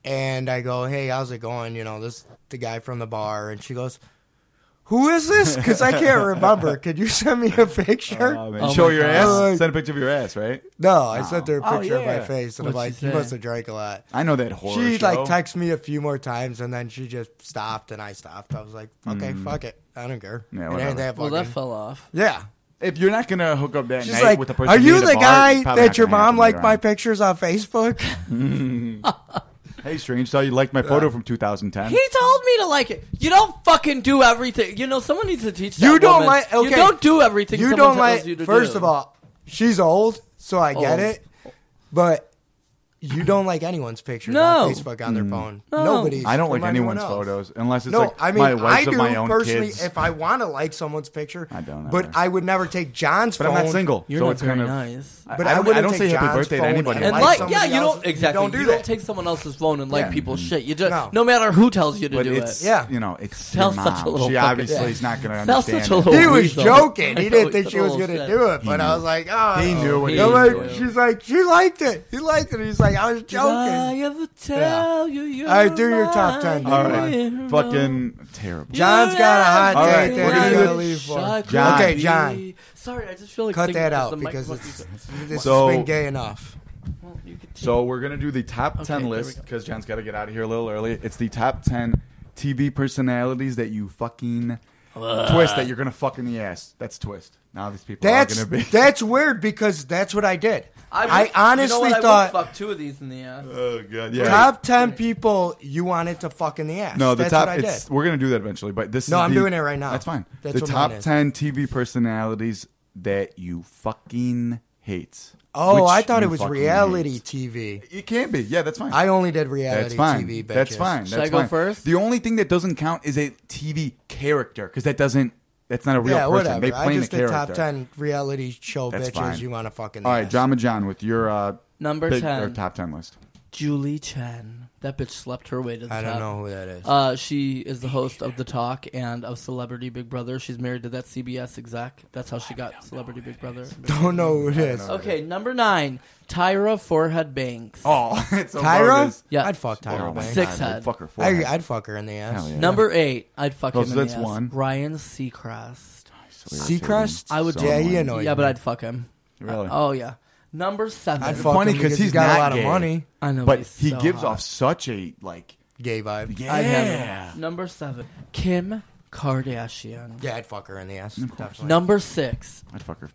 S3: and I go, hey, how's it going? You know, this the guy from the bar, and she goes. Who is this? Because I can't remember. Could you send me a picture?
S2: Oh, man.
S4: Oh
S2: Show
S4: my
S2: your
S4: God.
S2: ass.
S3: Uh,
S2: Send a picture of your ass, right?
S3: no, I sent her a
S2: Oh,
S3: picture
S2: yeah.
S3: of my face, and
S4: What'd
S3: I'm
S4: she
S3: like, you
S4: say?
S3: must have drank a lot.
S2: I know that horror
S3: she
S2: show.
S3: like texted me a few more times and then she just stopped and I stopped. I was like, okay, fuck it, I don't care.
S2: Mm. Yeah,
S3: It ain't
S2: whatever.
S3: that
S4: Well, that
S3: fucking-
S4: fell off.
S3: yeah.
S2: if you're not gonna hook up that
S3: She's
S2: night
S3: like,
S2: with the person,
S3: are
S2: near
S3: you the,
S2: bar,
S3: guy
S2: it's probably
S3: that
S2: not
S3: your
S2: gonna
S3: mom
S2: happen
S3: liked
S2: later
S3: my
S2: on.
S3: pictures on Facebook?
S2: Hey, strange, saw you liked my photo from 2010.
S4: He told me to like it. You don't fucking do everything. You know, someone needs to teach. That
S3: You don't
S4: woman.
S3: like-
S4: You
S3: okay.
S4: don't do everything.
S3: you don't
S4: someone tells
S3: like.
S4: You to
S3: first
S4: do.
S3: of all, she's old, so I
S4: Old.
S3: get it, but. You don't like anyone's pictures
S4: No.
S3: on Facebook on their phone.
S4: No.
S3: Nobody's.
S2: Mm. I don't
S3: from
S2: like anyone's
S3: everyone else.
S2: photos unless it's
S3: No,
S2: like
S3: I mean
S2: my wives
S3: I do
S2: of my own
S3: personally.
S2: kids.
S3: If I want to like someone's picture,
S2: I don't
S3: But
S2: either.
S3: I would never take John's
S2: but
S3: phone.
S2: I'm not single,
S4: you're
S2: so
S4: not
S2: it's
S4: very
S2: kind of.
S4: nice.
S2: I,
S3: But
S2: I
S3: I
S2: don't,
S3: wouldn't
S2: don't
S3: take
S2: say happy
S3: John's
S2: birthday to
S3: phone
S2: anybody.
S4: And
S3: Like
S4: like, yeah,
S3: somebody
S4: you
S3: else,
S4: don't
S3: you
S4: exactly.
S3: don't do
S4: you don't
S3: that.
S4: take someone else's phone and like
S2: Yeah.
S4: people's shit. You just no.
S3: No.
S4: matter who tells you to
S2: but
S4: do
S2: it's
S4: it.
S3: Yeah.
S2: you know it's your
S4: Sounds such a
S2: mom.
S4: little
S2: She
S4: fucking-
S2: obviously
S4: Yeah.
S2: is not going to
S4: Sounds
S2: understand.
S4: such a
S2: it.
S4: little-
S3: he was
S4: weasel.
S3: joking.
S4: I
S3: He
S4: know,
S3: didn't think
S4: he's
S3: she was
S4: a little
S3: gonna
S4: shit.
S3: do it, but I was like, oh.
S2: He knew what he
S3: I'm
S2: was
S3: like-
S2: doing.
S3: She's like, she liked it. He liked it. He's like, I was
S4: Did I
S3: joking.
S4: ever tell you you're
S3: All right, do your top 10,
S4: mine?
S2: All
S4: You're
S2: right,
S4: wrong.
S2: fucking terrible.
S3: John's got a hot
S2: All right, we're
S3: date that
S2: gonna
S3: he's
S2: do
S3: gonna
S2: it.
S3: leave for.
S4: Should
S3: John.
S4: I
S3: Okay, John.
S4: Sorry, I just feel like
S3: Cut
S4: singing
S3: that
S4: 'cause
S3: out
S4: the
S3: because
S4: microphone's-
S3: it's this
S2: So-
S3: has been gay enough.
S4: Well, you could take-
S2: So we're gonna do the top ten
S4: there we
S2: list
S4: go.
S2: because John's got to get out of here a little early. It's the top ten TV personalities that you fucking twist that you're gonna fuck in the ass. That's twist. Now these people are
S3: That's
S2: gonna be.
S3: that's weird because that's what I did.
S4: I, would-
S3: I,
S4: you know
S3: honestly
S4: what? I would
S3: thought
S4: fuck two of these in the ass.
S2: oh god, yeah.
S3: top ten people you wanted to fuck in the ass.
S2: No, the
S3: that's
S2: top.
S3: What I
S2: It's,
S3: did.
S2: we're gonna do that eventually, but this.
S3: No,
S2: is
S3: I'm
S2: the-
S3: doing it right now.
S2: That's fine.
S3: That's
S2: the
S3: what
S2: top
S3: mine is.
S2: ten TV personalities that you fucking hate.
S3: Oh,
S2: Which
S3: I thought
S2: you
S3: it was
S2: fucking
S3: reality
S2: hate.
S3: TV.
S2: It can be. Yeah, that's fine.
S3: I only did
S2: that's
S3: reality
S2: fine.
S3: TV. Bitches.
S2: that's fine.
S4: Should
S2: That's
S4: I go
S2: fine.
S4: first?
S2: The only thing that doesn't count is a TV character because that doesn't. That's not a real
S3: yeah,
S2: person.
S3: whatever.
S2: They
S3: I
S2: playing
S3: just
S2: a
S3: did
S2: character.
S3: top ten reality show
S2: That's
S3: bitches
S2: fine.
S3: you want to fucking.
S2: All right, John John with your uh,
S4: Number
S2: big,
S4: 10.
S2: or top ten list.
S4: Julie Chen. That bitch slept her way to the
S3: I
S4: top.
S3: don't know who that is.
S4: Uh, she is the host of The Talk and of Celebrity Big Brother. She's married to that CBS exec. That's how she got Celebrity Big Brother.
S3: don't know who it is.
S4: Okay, number nine, Tyra Forehead Banks.
S2: Oh, it's so
S3: Tyra?
S2: bogus.
S4: Yeah.
S3: I'd fuck Tyra
S2: Oh my
S3: Banks.
S4: Six
S2: God,
S4: head.
S2: Fuck her. four
S3: I,
S2: head.
S3: I'd fuck her in the ass.
S2: Hell yeah.
S4: Number eight, I'd fuck
S2: Oh,
S4: him
S2: so
S4: in the
S2: that's
S4: ass.
S2: one.
S4: Ryan Seacrest.
S2: So irritating.
S3: Seacrest?
S4: I would-
S2: So
S3: Yeah, he
S2: annoying.
S3: annoyed.
S4: Yeah,
S3: me.
S4: but I'd fuck him.
S2: Really?
S4: Uh, oh yeah. Number seven.
S3: I'd
S2: It's
S3: fuck
S2: funny
S3: him
S2: 'cause
S3: because
S2: he's
S3: he's got
S2: not
S3: a lot
S2: gay.
S3: of money.
S4: I know,
S2: but
S4: he's
S2: he
S4: so
S2: gives
S4: hot.
S2: off such a like.
S3: Gay vibe.
S2: Yeah.
S4: I'd have him. Number seven, Kim Kardashian.
S3: Yeah, I'd fuck her in the ass. Definitely.
S4: Number six,
S2: I'd fuck her.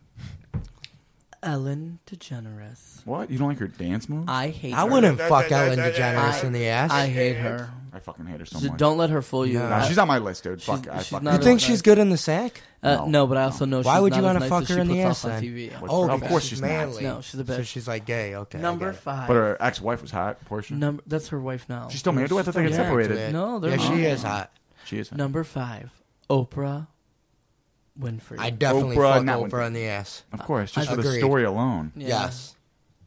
S4: Ellen DeGeneres.
S2: What? You don't like her dance move?
S4: I hate.
S3: I
S4: her.
S3: wouldn't fuck Ellen DeGeneres in the ass.
S4: I hate her.
S2: I fucking hate her so
S4: Just
S2: much.
S4: don't let her fool you. Uh,
S2: Nah, she's on my list, dude. Fuck.
S4: She's-
S2: I
S4: she's
S2: fucking
S3: you
S4: not
S2: hate
S4: a-
S2: her.
S3: think she's good in the sack?
S4: Uh,
S2: No.
S4: no. but I also know
S3: Why
S4: she's
S3: would you wanna
S4: want to nice
S3: fuck
S4: as
S3: her
S4: she
S3: in the
S4: puts
S3: ass,
S4: off on
S3: then?
S4: TV.
S2: What
S3: Oh,
S2: the- of
S3: because
S2: course she's not.
S3: manly.
S4: No, she's a
S3: So
S4: bitch.
S3: she's like gay. Okay. I
S4: Number
S3: get it.
S4: five.
S2: But her ex-wife was hot. Portia.
S4: Number that's her wife now.
S2: She's still married to. her? I thought they got
S4: Yeah.
S2: separated.
S4: No, they're
S3: yeah,
S4: not.
S3: she is hot.
S2: She is.
S4: Number five, Oprah Winfrey.
S3: I definitely
S2: Oprah,
S3: fuck
S2: not
S3: Oprah
S2: Winfrey.
S3: in the ass.
S2: Of course, just
S3: I-
S2: for the
S3: Agreed.
S2: story alone.
S4: Yeah.
S3: Yes.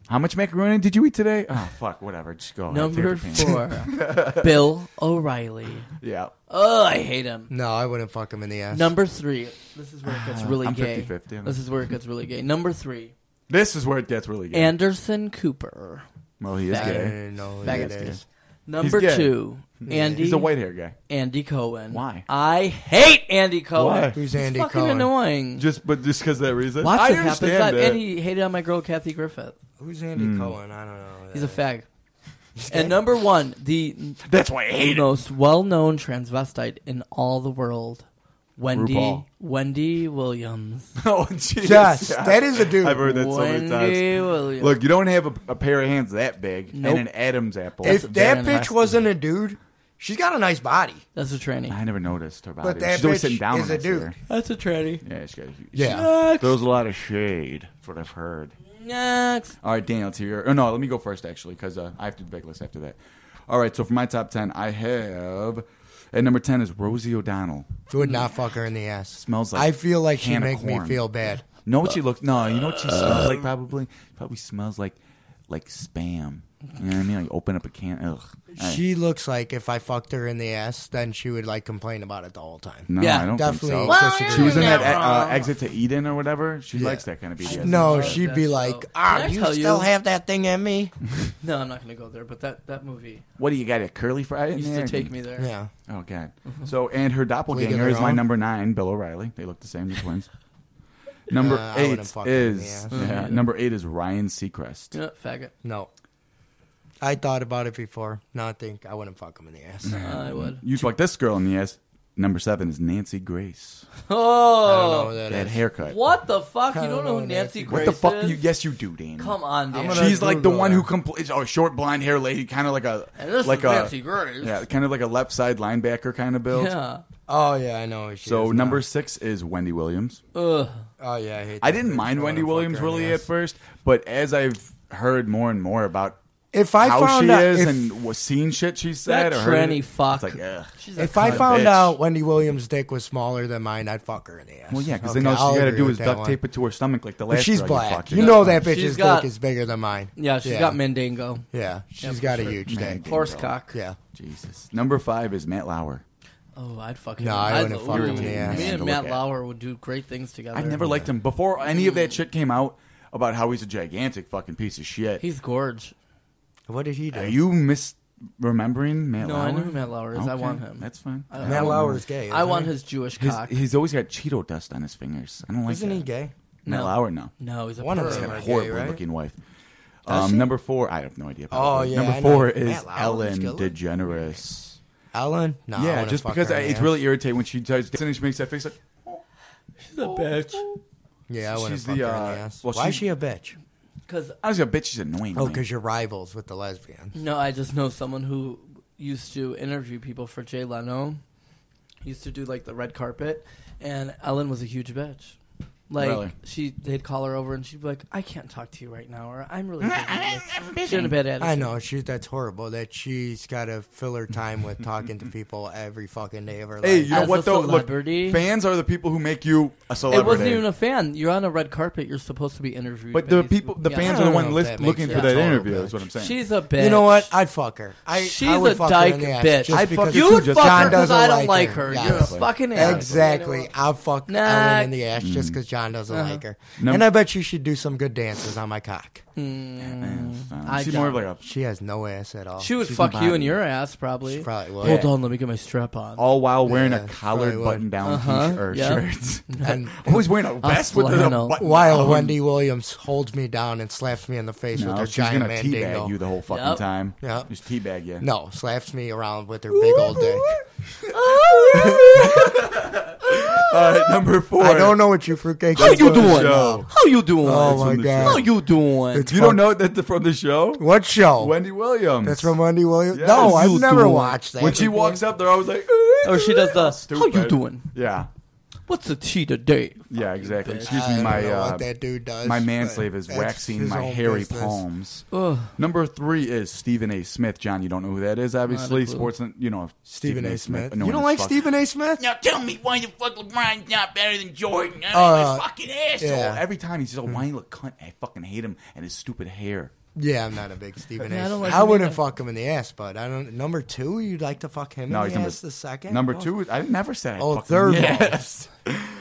S2: How much macaroni did you eat today? Oh fuck, whatever. Just go. ahead, take
S4: Number
S2: your pants.
S4: four, Bill O'Reilly.
S2: Yeah.
S4: Oh, I hate him.
S3: No, I wouldn't fuck him in the ass.
S4: Number three. This is where it gets really
S2: I'm
S4: gay.
S2: 50-50, I'm-
S4: This is where it gets really gay. Number three,
S2: This is where it gets really good.
S4: Anderson Cooper.
S2: well, he is
S3: I
S4: Faggot.
S2: gay. Oh,
S3: didn't know who
S4: Faggot.
S3: that is.
S4: Number
S2: gay.
S4: two, Andy.
S2: He's a white hair guy.
S4: Andy Cohen.
S2: Why?
S4: I hate Andy Cohen.
S2: Why?
S3: Who's
S4: He's
S3: Andy
S4: fucking
S3: Cohen?
S4: annoying.
S2: Just but just because that reason.
S4: Lots
S2: I
S4: of happens.
S2: understand that.
S4: And he hated on my girl Kathy Griffith.
S3: Who's Andy Cohen? I don't know.
S4: He's a fag. And number one, the
S2: That's why I hate it.
S4: most well-known transvestite in all the world, Wendy
S2: RuPaul.
S4: Wendy Williams.
S2: Oh, jeez.
S3: Yes,
S2: Yeah.
S3: that is a dude.
S2: I've heard that so many
S4: Wendy
S2: times.
S4: Williams.
S2: Look, you don't have a, a pair of hands that big
S4: Nope.
S2: and an Adam's apple.
S3: if
S4: That's
S3: that
S4: very
S3: bitch
S4: nice.
S3: wasn't a dude, she's got a nice body.
S4: that's a tranny.
S2: I never noticed her body.
S3: But that
S2: She's always
S3: bitch
S2: sitting down
S3: is
S2: when
S3: a
S2: I see her.
S3: dude.
S4: That's a tranny.
S2: Yeah, she's got, she,
S3: Yeah.
S2: she throws a lot of shade. That's what I've heard.
S4: Next.
S2: All right, Daniel, to your. Oh, no, let me go first, actually, because uh, I have to do the big list after that. All right, so for my top 10, I have. At number 10 is Rosie O'Donnell.
S3: Would not fuck her in the ass.
S2: Smells like
S3: I feel like she
S2: can of
S3: make me
S2: corn.
S3: feel bad.
S2: Know what she looks. No, you know what she smells like, probably? Probably smells like like spam. You know what I mean? Like open up a can. Ugh. I-
S3: She looks like if I fucked her in the ass, then she would like complain about it the whole time.
S2: no,
S4: Yeah,
S2: I don't
S3: Definitely.
S2: think so.
S4: Well,
S3: disagree.
S2: She was in that
S4: Yeah.
S2: uh, Exit to Eden or whatever. She likes that kind of BDSM.
S3: No,
S4: That's
S3: she'd
S4: so-
S3: be like,
S4: Can I
S3: "Ah, you
S4: tell
S3: still
S4: you-
S3: have that thing in me?"
S4: No, I'm not going to go there. But that that movie
S2: What do you got? A curly fry in
S4: used
S2: there?
S4: to take me there.
S3: Yeah.
S2: Oh god. So and her
S3: League of
S2: doppelganger
S3: Mm-hmm. Their
S2: is my
S3: Own?
S2: number nine, Bill O'Reilly. They look the same, the twins. Number
S3: Uh, I wouldn't
S2: eight
S3: fuck Mm-hmm.
S2: is
S3: him,
S4: yeah.
S2: yeah, number eight is Ryan Seacrest.
S4: Yeah, faggot.
S3: No. I thought about it before. No, I think I wouldn't fuck him in the ass.
S4: I would.
S2: You fuck this girl in the ass. Number seven is Nancy Grace.
S3: I don't know
S4: Oh,
S3: who that
S2: That
S3: is.
S2: haircut.
S4: what the fuck? You
S3: I
S4: don't
S3: don't
S4: know who
S3: know
S4: Nancy
S3: Nancy
S4: Grace
S2: What the fuck?
S4: is?
S2: do You yes, you do, Dan.
S4: Come on, Dan.
S3: I'm gonna-
S2: She's like the
S3: Google
S2: one
S3: her.
S2: who compl- oh, short blonde hair lady, kind of like a
S4: And this
S2: like
S4: is
S2: a
S4: Nancy Grace.
S2: yeah, kind of like a left side linebacker kind of build.
S4: Yeah.
S3: Oh yeah, I know. who She
S2: So
S3: is now.
S2: number six is Wendy Williams.
S4: Ugh.
S3: Oh yeah, I, hate
S2: I
S3: that
S2: didn't
S3: bitch.
S2: mind
S3: I
S2: Wendy
S3: wouldn't fuck
S2: Williams
S3: her in the
S2: really at
S3: ass.
S2: first, but as I've heard more and more about
S3: If I
S2: how
S3: found
S2: she
S3: out,
S2: is
S3: if,
S2: and was seen shit she said
S4: That
S2: or heard
S4: tranny
S2: it,
S4: fuck.
S2: It's like, ugh.
S4: She's a
S3: if I
S4: cunt.
S3: found
S2: bitch.
S3: out Wendy Williams' dick was smaller than mine, I'd fuck her in the ass.
S2: Well, yeah, because
S3: Okay,
S2: then all
S3: I'll
S2: she got to
S3: agree
S2: do
S3: with
S2: is
S3: that
S2: duct
S3: one.
S2: tape it to her stomach like the
S3: But
S2: last
S3: she's
S2: girl You,
S3: black.
S2: fucked.
S3: You, know
S2: That's
S3: that
S2: fine.
S3: bitch's
S4: She's got-
S3: dick is bigger than mine.
S4: Yeah, she's
S3: yeah.
S4: got Mandingo.
S3: Yeah, she's
S4: for
S3: got a
S4: sure.
S3: huge
S2: Man.
S3: dick.
S4: Horse
S2: Mandingo.
S4: cock.
S3: Yeah.
S2: Jesus. Number five is Matt Lauer.
S4: Oh, I'd fuck him.
S3: No, I
S4: I'd-
S3: wouldn't fuck him in the
S4: ooh,
S3: ass.
S4: Me
S2: Man
S4: and
S2: to
S4: Matt
S2: look at.
S4: Lauer would do great things together.
S2: I never liked him before any of that shit came out about how he's a gigantic fucking piece of shit.
S4: He's gorge.
S3: What did he do?
S2: Are you misremembering Matt
S4: No,
S2: Lauer?
S4: I know who Matt Lauer is. I
S2: Okay,
S4: want him.
S2: That's fine.
S4: I don't
S3: Matt Lauer's gay.
S4: I
S3: isn't
S4: want
S3: he?
S4: his Jewish
S2: His,
S4: cock.
S2: he's always got Cheeto dust on his fingers. I don't like
S3: Isn't
S2: that.
S3: he gay?
S2: Matt
S4: No.
S2: Lauer, no.
S4: no, he's a
S3: One of
S4: perv.
S3: them
S2: Got a
S3: Gay,
S2: horrible
S3: right?
S2: looking wife.
S3: Does
S2: Um,
S3: she?
S2: number four, I have no idea.
S3: Oh,
S2: probably.
S3: yeah, I
S2: number
S3: know.
S2: four is
S3: Matt Lauer's
S2: Ellen
S3: good looking.
S2: DeGeneres.
S3: Alan? No. I
S2: yeah,
S3: wouldn't
S2: just
S3: fuck
S2: because
S3: her
S2: I,
S3: in the
S2: it's
S3: ass.
S2: really irritating when she does dancing and she makes that face like
S4: She's a bitch.
S3: Yeah, I wouldn't
S2: she's
S3: fuck
S2: the,
S3: her in
S2: uh,
S3: the ass.
S2: well,
S3: Why is
S2: she-
S3: she a bitch?
S4: Because
S2: I was a bitch. She's annoying.
S3: Oh,
S2: man.
S3: because you're rivals with the lesbian.
S4: no, I just know someone who used to interview people for Jay Leno. Used to do like the red carpet, and Ellen was a huge bitch. Like
S2: Really?
S4: she, they'd call her over and she'd be like, "I can't talk to you right now," or "I'm really busy." She had a bad attitude.
S3: I know she. That's horrible. That she's got to fill her time with talking to people every fucking day of her life.
S2: hey, you know
S4: As a
S2: what though? Look,
S4: celebrity-
S2: fans are the people who make you a celebrity.
S4: It wasn't even a fan. You're on a red carpet. You're supposed to be interviewed.
S2: but
S4: by
S2: the
S4: these
S2: people, the
S4: Yeah.
S2: fans
S3: I
S2: are the
S3: don't
S2: one
S3: know if
S2: list,
S3: that makes
S2: looking
S3: it
S2: for
S3: a
S2: that
S3: total
S2: interview.
S3: bitch.
S2: Is what I'm saying.
S4: She's a bitch.
S3: You know what? I'd fuck her. I,
S4: She's
S3: I would
S4: a
S3: fuck
S4: dyke
S3: her in the ass
S4: bitch.
S3: just
S2: I'd fuck
S3: because-
S2: her
S4: You
S2: too,
S4: would
S2: just
S4: fuck
S2: John
S4: her because
S3: doesn't
S4: I don't like
S3: like
S4: her.
S3: her.
S4: You're a
S3: Yes.
S4: fucking asshole.
S3: Exactly. I'll fuck Ellen in
S4: Next.
S3: the ass just because John doesn't
S4: Uh-huh.
S3: like her.
S2: Num-
S3: and I bet you she'd do some good dances on my cock. Mm,
S4: I
S2: she's more of
S4: don't.
S2: like a
S3: She has no ass at all.
S4: She would
S2: She's
S4: fuck
S2: embodied.
S4: you in your ass, probably.
S3: She probably would.
S4: Hold
S2: Yeah. Oh.
S4: on, let me get my strap on.
S2: all while wearing
S3: Yeah,
S2: a
S3: she
S2: collared
S3: probably would.
S2: button down
S4: Uh-huh,
S2: t-shirt
S4: yeah.
S2: shirts.
S3: and
S2: Always wearing a vest with a
S4: flannel.
S2: button.
S3: while
S2: down.
S3: Wendy Williams holds me down and slaps me in the face
S2: No,
S3: with her
S2: she's gonna teabag
S3: giant
S2: you
S3: mandingo.
S2: the whole fucking
S4: Yep.
S2: time.
S3: Yep.
S2: just teabag you.
S3: No, slaps me around with her big old dick.
S4: Oh,
S2: All right, number four.
S3: I don't know what you fruitcake.
S4: How
S3: is
S4: you
S2: the
S4: doing?
S2: show.
S4: How you doing?
S3: Oh
S2: It's
S3: my
S2: from the
S3: god!
S4: How you doing?
S3: It's
S2: You don't know that the, from the show?
S3: What show?
S2: Wendy Williams.
S3: That's from Wendy Williams.
S2: Yes.
S3: no,
S2: You
S3: I've never
S4: doing-
S3: watched that.
S2: When she walks up, they're always like,
S4: or Oh, she does the
S2: Stupid.
S4: How you doing?
S2: Yeah,
S4: What's the tea today?
S2: yeah, exactly. Excuse
S3: I
S2: me,
S3: don't
S2: my
S3: know
S2: uh,
S3: what that dude does.
S2: my
S3: but
S2: manslave is
S3: that's
S2: waxing
S3: his
S2: my
S3: own
S2: hairy
S3: business.
S2: palms.
S4: Ugh.
S2: Number three is Stephen A. Smith. John, you don't know who that is, obviously.
S4: clue.
S2: Sports, you know
S3: Stephen A. Smith.
S2: annoying
S3: you don't
S2: as
S3: like
S2: fuck.
S3: Stephen A. Smith?
S1: Now tell me why the fuck LeBron's not better than Jordan. I'm
S3: Uh,
S1: a fucking asshole.
S2: Oh,
S3: Yeah. Hmm.
S2: every time he's just a whiny little cunt. I fucking hate him and his stupid hair.
S3: Yeah, I'm not a big Stephen
S4: Yeah, I
S3: A.
S4: don't
S3: Smith.
S4: like
S3: I
S4: him
S3: wouldn't
S4: either.
S3: fuck him in the ass, but I don't. Number two, you'd like to fuck him
S2: No,
S3: in
S2: he's
S3: the
S2: number
S3: ass. The second
S2: Number
S3: Oh.
S2: two, is- I never said. I
S3: Oh,
S2: fucking-
S3: third
S2: Yes.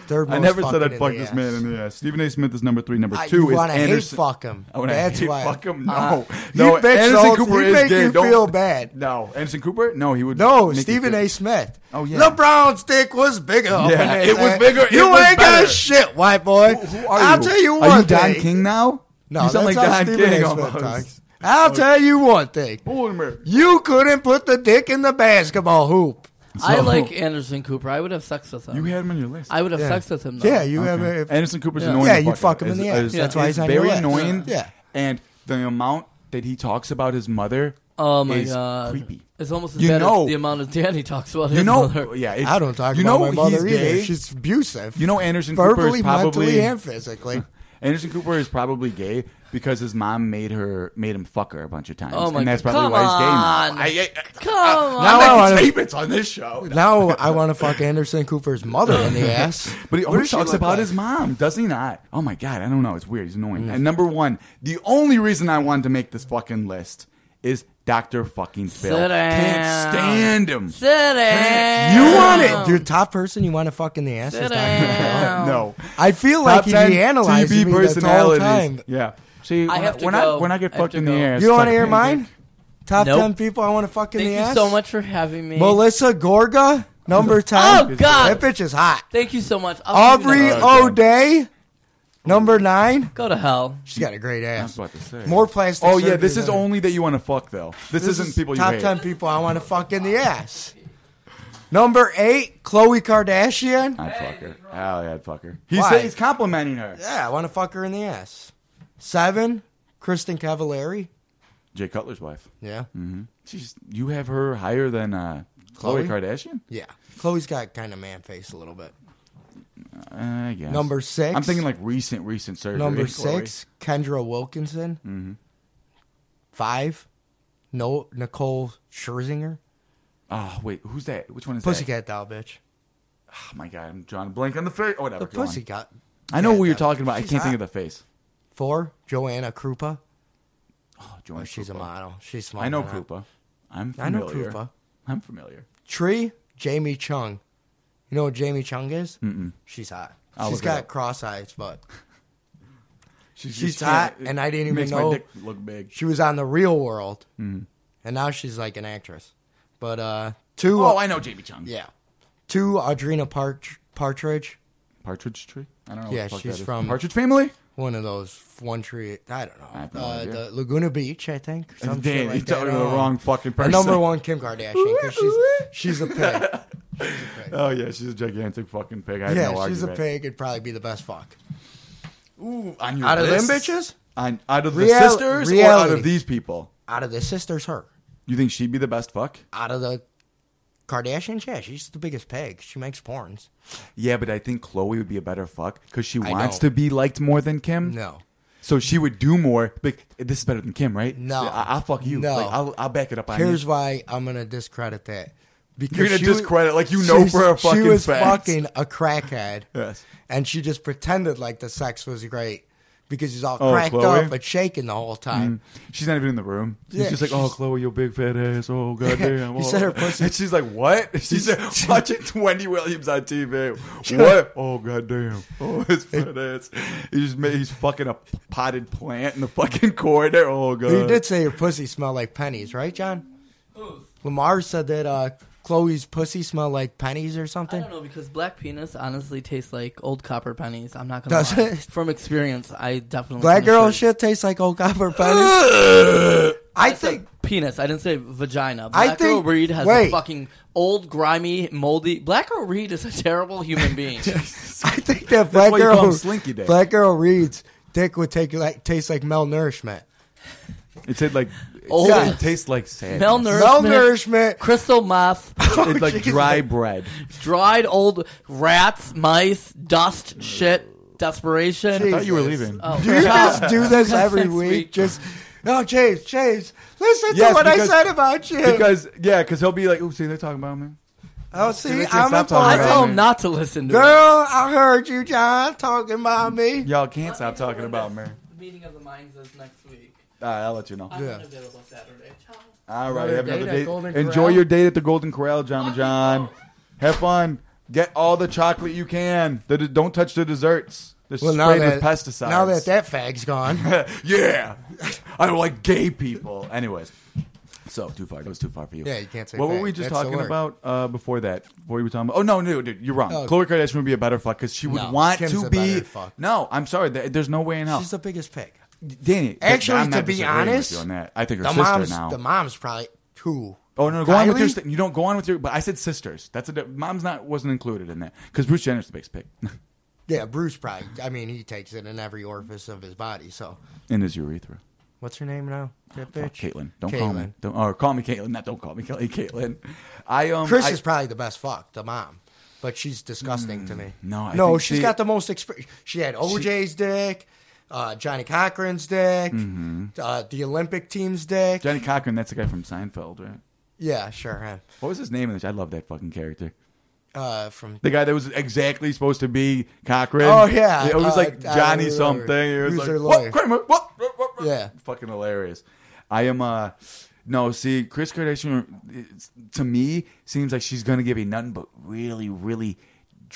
S3: They're
S2: I
S3: most
S2: never said
S3: fucking
S2: I'd
S3: in
S2: fuck
S3: the
S2: this
S3: ass.
S2: man in the ass. Stephen A. Smith is number three. Number
S3: I-
S2: two
S3: you
S2: is
S3: wanna hate
S2: Anderson.
S3: fuck him.
S2: I wanna
S3: That's
S2: hate
S3: why.
S2: fuck him. No,
S3: Uh,
S2: no.
S3: you make
S2: Anderson
S3: Schultz-
S2: Cooper
S3: you
S2: is
S3: make
S2: gay.
S3: you
S2: Don't-
S3: feel bad.
S2: No, Anderson Cooper. No, he would.
S3: No,
S2: make you
S3: Stephen
S2: feel-
S3: A. Smith.
S2: Oh, yeah.
S3: LeBron's dick was bigger. up
S2: Yeah,
S3: in his
S2: it was
S3: ass.
S2: bigger, it
S3: You
S2: was
S3: ain't
S2: better.
S3: got shit, white boy.
S2: Who who are you?
S3: I'll tell you one
S2: Are you Don
S3: thing.
S2: King now?
S3: No,
S2: you sound
S3: that's
S2: like
S3: how
S2: Don
S3: Stephen
S2: King
S3: A. Smith
S2: almost.
S3: talks. I'll tell you one thing.
S2: Boomer.
S3: You couldn't put the dick in the basketball hoop.
S4: I
S2: So-
S4: like Anderson Cooper. I would have sex with him.
S2: You had him on your list.
S4: I would have
S3: Yeah.
S4: sex with him. Though.
S3: Yeah, you have
S2: Okay.
S3: a.
S2: Anderson Cooper's
S4: Yeah.
S2: annoying.
S3: Yeah,
S2: to
S3: you'd fuck him
S2: with.
S3: in the
S2: Is-
S3: ass.
S2: is-
S3: That's why
S2: is
S3: he's on your
S2: very
S3: list.
S2: annoying.
S3: Yeah.
S2: and the amount that he talks about his mother.
S4: Oh my
S2: is
S4: god.
S2: creepy.
S4: It's almost as
S2: You
S4: bad
S2: know-
S4: as the amount of Danny talks about
S2: You
S4: his
S2: know,
S4: mother.
S2: yeah, it's-
S3: I don't talk
S2: you
S3: about
S2: know
S3: my mother
S2: he's
S3: either.
S2: gay?
S3: She's abusive.
S2: You know Anderson Cooper
S3: verbally,
S2: is probably
S3: mentally, and physically.
S2: Anderson Cooper is probably gay because his mom made her made him fuck her a bunch of times,
S4: Oh my
S2: and that's
S4: God.
S2: probably why he's gay. now.
S4: Come on.
S2: I, I,
S4: Come on.
S2: I'm
S3: Now I
S2: making
S3: wanna-
S2: statements on this show.
S3: now I want to fuck Anderson Cooper's mother in the ass.
S2: But he
S3: What
S2: always
S3: does she
S2: talks
S3: look
S2: about
S3: like? Mm.
S2: his mom, does he not? Oh my god, I don't know. It's weird. He's annoying. And number one, the only reason I wanted to make this fucking list is Doctor Fucking Phil.
S4: Sit
S2: Can't
S4: down.
S2: stand him.
S4: Sit down.
S2: You
S3: want
S2: want
S3: it, dude. Top person you want to fuck in the ass.
S4: Sit
S3: Is Dr. Phil.
S4: down.
S2: No.
S3: I feel like
S2: Top
S3: he's
S2: 10
S3: analyzing me this whole time.
S2: Yeah. See,
S4: I
S2: when
S4: have to
S2: when
S4: go.
S2: I when I get
S4: I have
S2: fucked
S4: to
S2: in the
S4: go.
S2: air,
S3: You want to hear mine? Top
S4: Nope.
S3: ten people I want to fuck in
S4: Thank
S3: the
S4: you
S3: ass.
S4: so much for having me.
S3: Melissa Gorga, number ten.
S4: Oh,
S3: that
S4: God.
S3: bitch is hot.
S4: Thank you so much. I'll see you
S3: Aubrey
S4: next-
S2: God.
S3: O'Day, number nine.
S4: Go to hell.
S3: She's got a great
S2: I was
S3: ass.
S2: about to say.
S3: More plastic.
S2: Oh yeah, this
S3: surgery
S2: is
S3: than-
S2: only that you want to fuck though. This,
S3: This
S2: isn't
S3: is
S2: people you
S3: top
S2: hate.
S3: ten people I want to fuck in the ass. Number eight, Khloe Kardashian.
S2: I'd fuck her. Hell yeah, I'd fuck her. He
S3: Why?
S2: said he's complimenting her.
S3: Yeah, I want to fuck her in the ass. Seven, Kristen Cavallari.
S2: Jay Cutler's wife.
S3: Yeah,
S2: Hmm. Mm-hmm. She's you have her higher than uh, Khloe
S3: Khloe?
S2: Kardashian.
S3: yeah. Chloe's got kind of man face a little bit.
S2: Uh, I guess.
S3: Number six.
S2: I'm thinking like recent, recent surgery.
S3: Number
S2: Chloe.
S3: six, Kendra Wilkinson.
S2: Mm-hmm.
S3: Five, no Nicole Scherzinger.
S2: Oh wait, who's that? Which one is that?
S3: Pussycat doll, bitch.
S2: Oh my god, I'm drawing a blank on the face. Oh, whatever.
S3: The
S2: go on.
S3: pussycat.
S2: I know
S3: cat
S2: who you're
S3: doll.
S2: talking about. I
S3: She's
S2: can't think
S3: hot.
S2: of the face.
S3: Four, Joanna Krupa.
S2: Oh, Joanna
S3: Oh, she's a
S2: Krupa.
S3: model. She's smart.
S2: I know
S3: enough.
S2: Krupa. I'm
S3: I
S2: familiar.
S3: know Krupa.
S2: I'm familiar.
S3: Tree, Jamie Chung. You know what Jamie Chung is? Mm-mm. She's hot.
S2: I'll
S3: she's
S2: look it
S3: got
S2: up.
S3: cross eyes, but
S2: She's,
S3: She's hot, and I didn't even
S2: makes
S3: know-
S2: my dick look big.
S3: she was on the real world,
S2: Mm-hmm.
S3: and now she's like an actress. But uh, two,
S2: Oh, I know Jamie Chung.
S3: yeah, two Audrina Part- Partridge.
S2: Partridge Tree. I don't know. what
S3: Yeah,
S2: the fuck
S3: she's
S2: that is.
S3: from-
S2: Partridge Family.
S3: one of those one tree. I don't know.
S2: I have no
S3: uh,
S2: idea.
S3: The Laguna Beach, I think. or Some shit
S2: Damn,
S3: like
S2: you're
S3: that.
S2: talking to
S3: I
S2: the
S3: don't know.
S2: wrong fucking
S3: The
S2: person.
S3: number one Kim Kardashian 'cause she's she's a pig.
S2: Oh yeah, she's a gigantic fucking pig. I have
S3: yeah,
S2: no
S3: she's a
S2: argument.
S3: pig. It'd probably be the best fuck
S2: Ooh, on your
S3: out of them
S2: list?
S3: bitches.
S2: On, out of the
S3: Real-
S2: sisters or out
S3: reality.
S2: of these people?
S3: Out of the sisters, her.
S2: You think she'd be the best fuck?
S3: Out of the Kardashians, yeah, she's the biggest pig. She makes porns.
S2: Yeah, but I think Chloe would be a better fuck because she
S3: I
S2: wants
S3: know.
S2: to be liked more than Kim.
S3: No,
S2: So she would do more. But this is better than Kim, right?
S3: No.
S2: I- will fuck you.
S3: No.
S2: Like, I'll, I'll back it up. on
S3: here's
S2: you.
S3: why I'm gonna discredit that. Because
S2: You're gonna
S3: she was-
S2: discredit like you know
S3: she-
S2: for a fucking
S3: She was
S2: fact.
S3: fucking a crackhead.
S2: Yes.
S3: and she just pretended like the sex was great because she's all
S2: Oh,
S3: cracked
S2: Chloe?
S3: up and shaking the whole time.
S2: She's not even in the room. She's
S3: Yeah,
S2: just like,
S3: she's-
S2: "Oh, Chloe, your big fat ass. Oh, goddamn." oh."
S3: He said her pussy-
S2: And she's like, "What?" She's like, watching Wendy Williams on TV. What? Oh, goddamn. Oh, his fat ass. He just made, he's fucking a potted plant in the fucking corner. Oh god.
S3: He did say your pussy smelled like pennies, right, John? Lamar said that uh, Chloe's pussy smelled like pennies or
S4: I
S3: something.
S4: don't know because black penis honestly tastes like old copper pennies. I'm not gonna
S3: Does
S4: lie.
S3: it?
S4: From experience, I definitely
S3: Black
S4: can
S3: girl
S4: assure you.
S3: shit tastes like old copper pennies. I
S4: I said
S3: think
S4: penis. I didn't say vagina.
S3: I
S4: Black girl
S3: think-
S4: Reed has
S3: wait.
S4: a fucking old, grimy, moldy. Black girl Reed is a terrible human being.
S3: I think that black
S2: why you call
S3: girl
S2: him Slinky Dick.
S3: black girl reads dick would take like taste like malnourishment.
S2: It said like,
S4: Oh,
S2: yeah,
S4: yeah.
S2: it tastes like sand.
S4: Malnourishment,
S3: Malnourishment.
S4: crystal meth,
S2: It's like dry bread.
S4: dried old rats, mice, dust, shit, desperation.
S2: I thought you were
S3: Jesus.
S2: leaving.
S4: Oh,
S3: Do you
S4: God.
S3: just do this every
S4: Next
S3: week?
S4: week.
S3: Just no, James. James, listen
S2: Yes,
S3: to what
S2: because-
S3: I said about you.
S2: Because yeah, because he'll be like, "Oh, see, they're talking about me."
S3: oh, see,
S2: can't
S3: I'm a
S2: stop talking
S4: I
S2: about
S4: tell
S2: me.
S4: him not to listen to it.
S3: Girl, I heard you, John, talking about me.
S2: Y'all can't stop talking about me.
S4: Meeting of the minds is next week.
S2: All right, I'll let you know.
S4: I'm
S3: Yeah.
S4: unavailable Saturday. Ciao.
S2: All right, have
S3: date
S2: another
S3: at
S2: date.
S3: Golden
S2: Enjoy
S3: Corral.
S2: your date at the Golden Corral, John and John. Have fun. Get all the chocolate you can. The, don't touch the desserts. They're
S3: Well, now
S2: sprayed
S3: that
S2: with pesticides.
S3: now that that fag's gone,
S2: yeah, I don't like gay people. Anyways, so too far. That was too far for you.
S3: Yeah, you can't say
S2: What were
S3: fag.
S2: we just
S3: That's the
S2: talking
S3: word.
S2: about uh, before that? What were we talking about? Oh no, no, dude, you're wrong.
S3: Oh.
S2: Khloe Kardashian would be a better fuck because she would
S3: No,
S2: want
S3: Kim's
S2: to
S3: a
S2: be.
S3: better fuck.
S2: No, I'm sorry. th- There's no way in hell.
S3: she's the biggest pig.
S2: Danny, th-
S3: Actually,
S2: I'm
S3: to
S2: not
S3: be
S2: disagreeing with
S3: honest,
S2: you on that. I think her
S3: The
S2: sister
S3: mom's
S2: now.
S3: the mom's probably two.
S2: Oh no, go on with your.
S3: Kylie?
S2: St- you don't go on with your. But I said sisters. That's a. di- Mom's not wasn't included in that because Bruce Jenner's the biggest pig,
S3: Yeah, Bruce probably. I mean, he takes it in every orifice of his body. So,
S2: in his urethra.
S3: what's her name now? That
S2: Fuck,
S3: bitch,
S2: Caitlyn, don't call me.
S3: Caitlyn.
S2: Don't or call me Caitlyn. Not don't call me Caitlyn. Caitlyn. I um.
S3: Chris
S2: I-
S3: is probably the best fuck, the mom, but she's disgusting to me.
S2: Mm, no, I
S3: no,
S2: think
S3: she's
S2: she-
S3: got the most experience. She had OJ's dick, uh, Johnny Cochran's dick, uh, the Olympic team's dick.
S2: Mm-hmm. Johnny Cochran. That's the guy from Seinfeld, right?
S3: yeah, sure. huh?
S2: What was his name in this? I love that fucking character.
S3: Uh, from
S2: The guy that was exactly supposed to be Cochran.
S3: Oh, yeah.
S2: it was
S3: Uh,
S2: like
S3: I
S2: Johnny
S3: remember.
S2: something. It was
S3: Who's
S2: like
S3: their
S2: what
S3: lawyer?"
S2: Kramer? What, what, what, what?
S3: Yeah.
S2: fucking hilarious. I am uh no. See, Chris Kardashian it's- to me seems like she's gonna give me nothing but really, really.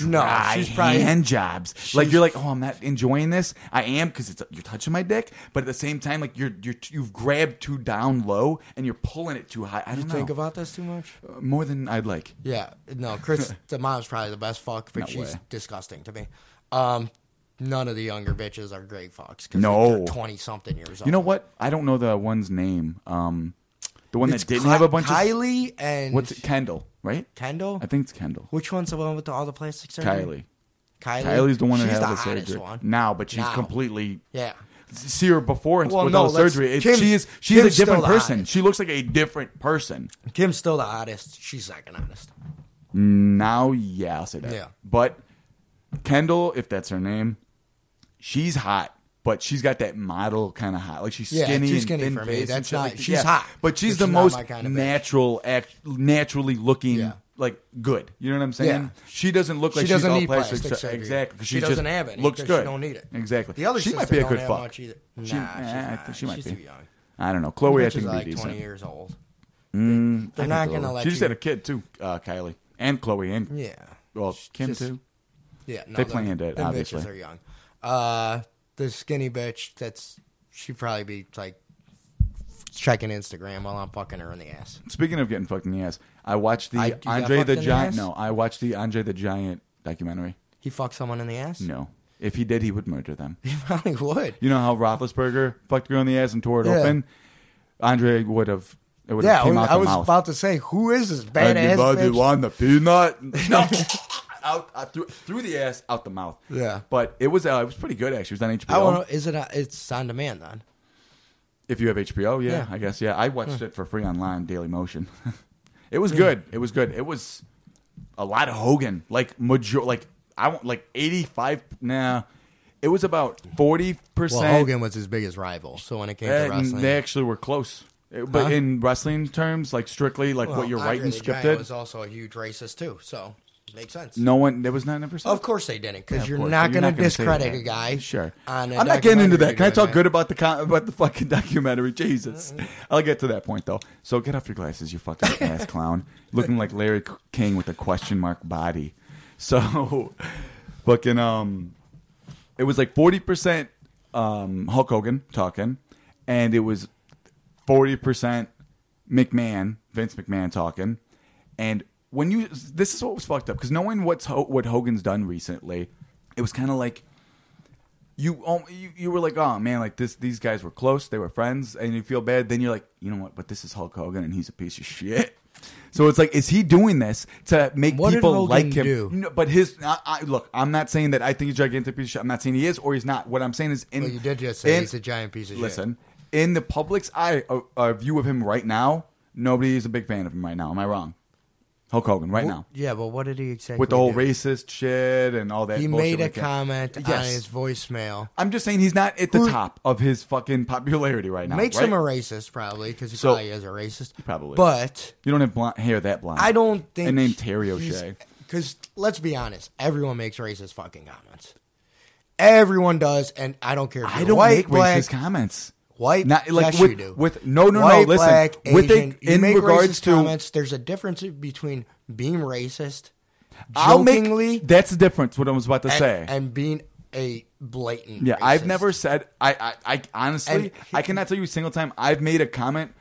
S3: No,
S2: Dry
S3: she's probably-
S2: hand jobs. Like you're like, oh, I'm not enjoying this. I am because it's you're touching my dick, but at the same time, like you're you're you've grabbed too down low and you're pulling it too high. I don't
S3: you think
S2: know Oh.
S3: about this too much?
S2: more than I'd like.
S3: Yeah, no, Chris, the mom's probably the best fuck, but
S2: No
S3: she's
S2: way.
S3: disgusting to me. Um, none of the younger bitches are great fucks. 'cause
S2: No.
S3: they're twenty something years old.
S2: You know what? I don't know the one's name. Um, the one
S3: It's
S2: that didn't
S3: Ky-
S2: have a bunch of
S3: Kylie and
S2: what's it? Kendall, right?
S3: Kendall.
S2: I think it's Kendall.
S3: Which one's the one with all the plastic surgery?
S2: Kylie.
S3: Kylie.
S2: Kylie's the one that
S3: She's
S2: had
S3: the
S2: the
S3: hottest
S2: surgery
S3: one.
S2: now, but she's
S3: Now.
S2: completely.
S3: Yeah.
S2: See her before and
S3: Well,
S2: with
S3: no,
S2: all the
S3: let's-
S2: surgery. It-
S3: Kim's-
S2: she is she's
S3: Kim's
S2: a different
S3: still the
S2: person.
S3: hottest.
S2: She looks like a different person
S3: Kim's still the hottest. She's second hottest.
S2: now. Yeah, I'll say that.
S3: Yeah.
S2: But Kendall, if that's her name, she's hot. But she's got that model kind of hot, like she's
S3: Yeah,
S2: skinny
S3: too
S2: and
S3: skinny
S2: thin
S3: for me.
S2: face and
S3: That's
S2: shit
S3: not-
S2: like that.
S3: she's
S2: Yeah.
S3: hot,
S2: But she's
S3: but
S2: the
S3: she's not
S2: most
S3: my kind of bitch.
S2: natural, act, naturally looking,
S3: Yeah.
S2: like good. You know what I'm saying?
S3: Yeah.
S2: She doesn't look
S3: She
S2: like
S3: doesn't
S2: she's
S3: need
S2: all plastic,
S3: plastic
S2: sur-
S3: surgery.
S2: Exactly. 'cause
S3: She
S2: she just
S3: doesn't have any
S2: Looks
S3: 'cause she
S2: good.
S3: don't need it.
S2: Exactly.
S3: The other
S2: she might
S3: sister
S2: be a
S3: don't
S2: good
S3: have
S2: fuck.
S3: much either.
S2: She-
S3: Nah,
S2: eh,
S3: she's
S2: I
S3: not.
S2: think she might
S3: She's
S2: be.
S3: too young.
S2: I don't know. Chloe, I
S3: Bitches
S2: think
S3: are
S2: would
S3: like
S2: be decent.
S3: twenty years
S2: Mm, I
S3: old. They're
S2: think
S3: not
S2: they'll-
S3: gonna let
S2: She just
S3: you-
S2: had a kid too, uh, Kylie and Chloe and
S3: Yeah.
S2: well Kim
S3: just-
S2: too.
S3: Yeah, no,
S2: They
S3: them-
S2: planned it,
S3: them
S2: obviously.
S3: bitches are young. Uh, the skinny bitch. That's she'd probably be like checking Instagram while I'm fucking her in the ass.
S2: Speaking of getting fucked in the ass, I watched the
S3: I- you got
S2: Andre
S3: fucked
S2: the
S3: in the
S2: Giant.
S3: ass?
S2: no, I watched the Andre the Giant documentary.
S3: He fucked someone in the ass.
S2: No, if he did, he would murder them.
S3: he probably would.
S2: You know how Roethlisberger fucked a girl in the ass and tore it
S3: Yeah.
S2: open. Andre would have. It would
S3: Yeah,
S2: have
S3: I
S2: came
S3: was,
S2: out
S3: I
S2: the
S3: was
S2: mouth.
S3: about to say, who is this badass
S2: Anybody
S3: bitch?
S2: want the peanut? No. out, out through, through the ass, out the mouth.
S3: Yeah.
S2: but it was uh, it was pretty good actually. It was on HBO.
S3: I want to. Is it? A, it's on demand then.
S2: If you have HBO, yeah,
S3: Yeah.
S2: I guess yeah. I watched it for free online, Daily Motion. it was good. It was good. It was a lot of Hogan, like major, like I want like eighty five. Nah, it was about forty
S3: Well,
S2: percent.
S3: Hogan was his biggest rival, so when it came to wrestling,
S2: they actually were close, It- but
S3: Huh?
S2: in wrestling terms, like strictly like what you're
S3: Andre
S2: writing
S3: the Giant was
S2: scripted.
S3: also a huge racist too, so makes sense.
S2: No one. There was not ever.
S3: Of course they didn't, because
S2: Of
S3: you're
S2: course,
S3: not
S2: but
S3: going to
S2: gonna say
S3: discredit
S2: that.
S3: a guy.
S2: Sure.
S3: on a
S2: I'm not getting into that.
S3: documentary Mm-hmm.
S2: Can I
S3: doing
S2: talk good about the con- about the fucking documentary? Jesus, I'll get to that point though. So get off your glasses, you fucking ass clown, looking like Larry K- King with a question mark body. So, fucking um, it was like forty percent um Hulk Hogan talking, and it was forty percent McMahon, Vince McMahon talking, and when you this is what was fucked up because knowing what's Ho- what Hogan's done recently, it was kind of like you, um, you you were like, oh man, like this these guys were close, they were friends, and you feel bad. Then you're like, you know what? But this is Hulk Hogan, and he's a piece of shit. So it's like, is he doing this to make
S3: What did
S2: people
S3: Hogan
S2: like him?
S3: do?
S2: No, but his, I, I, look, I'm not saying that I think he's a gigantic piece of shit. I'm not saying he is or he's not. What I'm saying is, in
S3: Well, you did just say
S2: in-
S3: he's a giant piece of shit.
S2: listen, in the public's eye, a, a view of him right now, nobody is a big fan of him right now. Am I wrong? Hulk Hogan, right now,
S3: Yeah, but what did he exactly
S2: with the whole
S3: do?
S2: racist shit and all that.
S3: He
S2: bullshit
S3: made a
S2: with him.
S3: comment on
S2: Yes.
S3: his voicemail.
S2: I'm just saying he's not at the
S3: Who-
S2: top of his fucking popularity right now.
S3: Makes
S2: right?
S3: him a racist, probably, because he
S2: So-
S3: probably is a racist.
S2: probably
S3: But
S2: You don't have blonde hair that blonde.
S3: I don't think.
S2: And named Terry O'Shea.
S3: Because let's be honest, everyone makes racist fucking comments. Everyone does, and I don't care if you're
S2: I don't
S3: white,
S2: make
S3: black,
S2: racist comments.
S3: White,
S2: Not like
S3: yes,
S2: with,
S3: you do.
S2: with no no
S3: white,
S2: no. Listen,
S3: black,
S2: with a-
S3: Asian, you
S2: in
S3: make
S2: regards
S3: racist
S2: to
S3: comments, there's a difference between being racist
S2: I'll make-
S3: jokingly
S2: that's the difference. What I was about to
S3: and,
S2: say.
S3: and being a blatant.
S2: yeah, I've
S3: racist.
S2: never said. I I, I honestly,
S3: And-
S2: I cannot tell you a single time I've made a comment,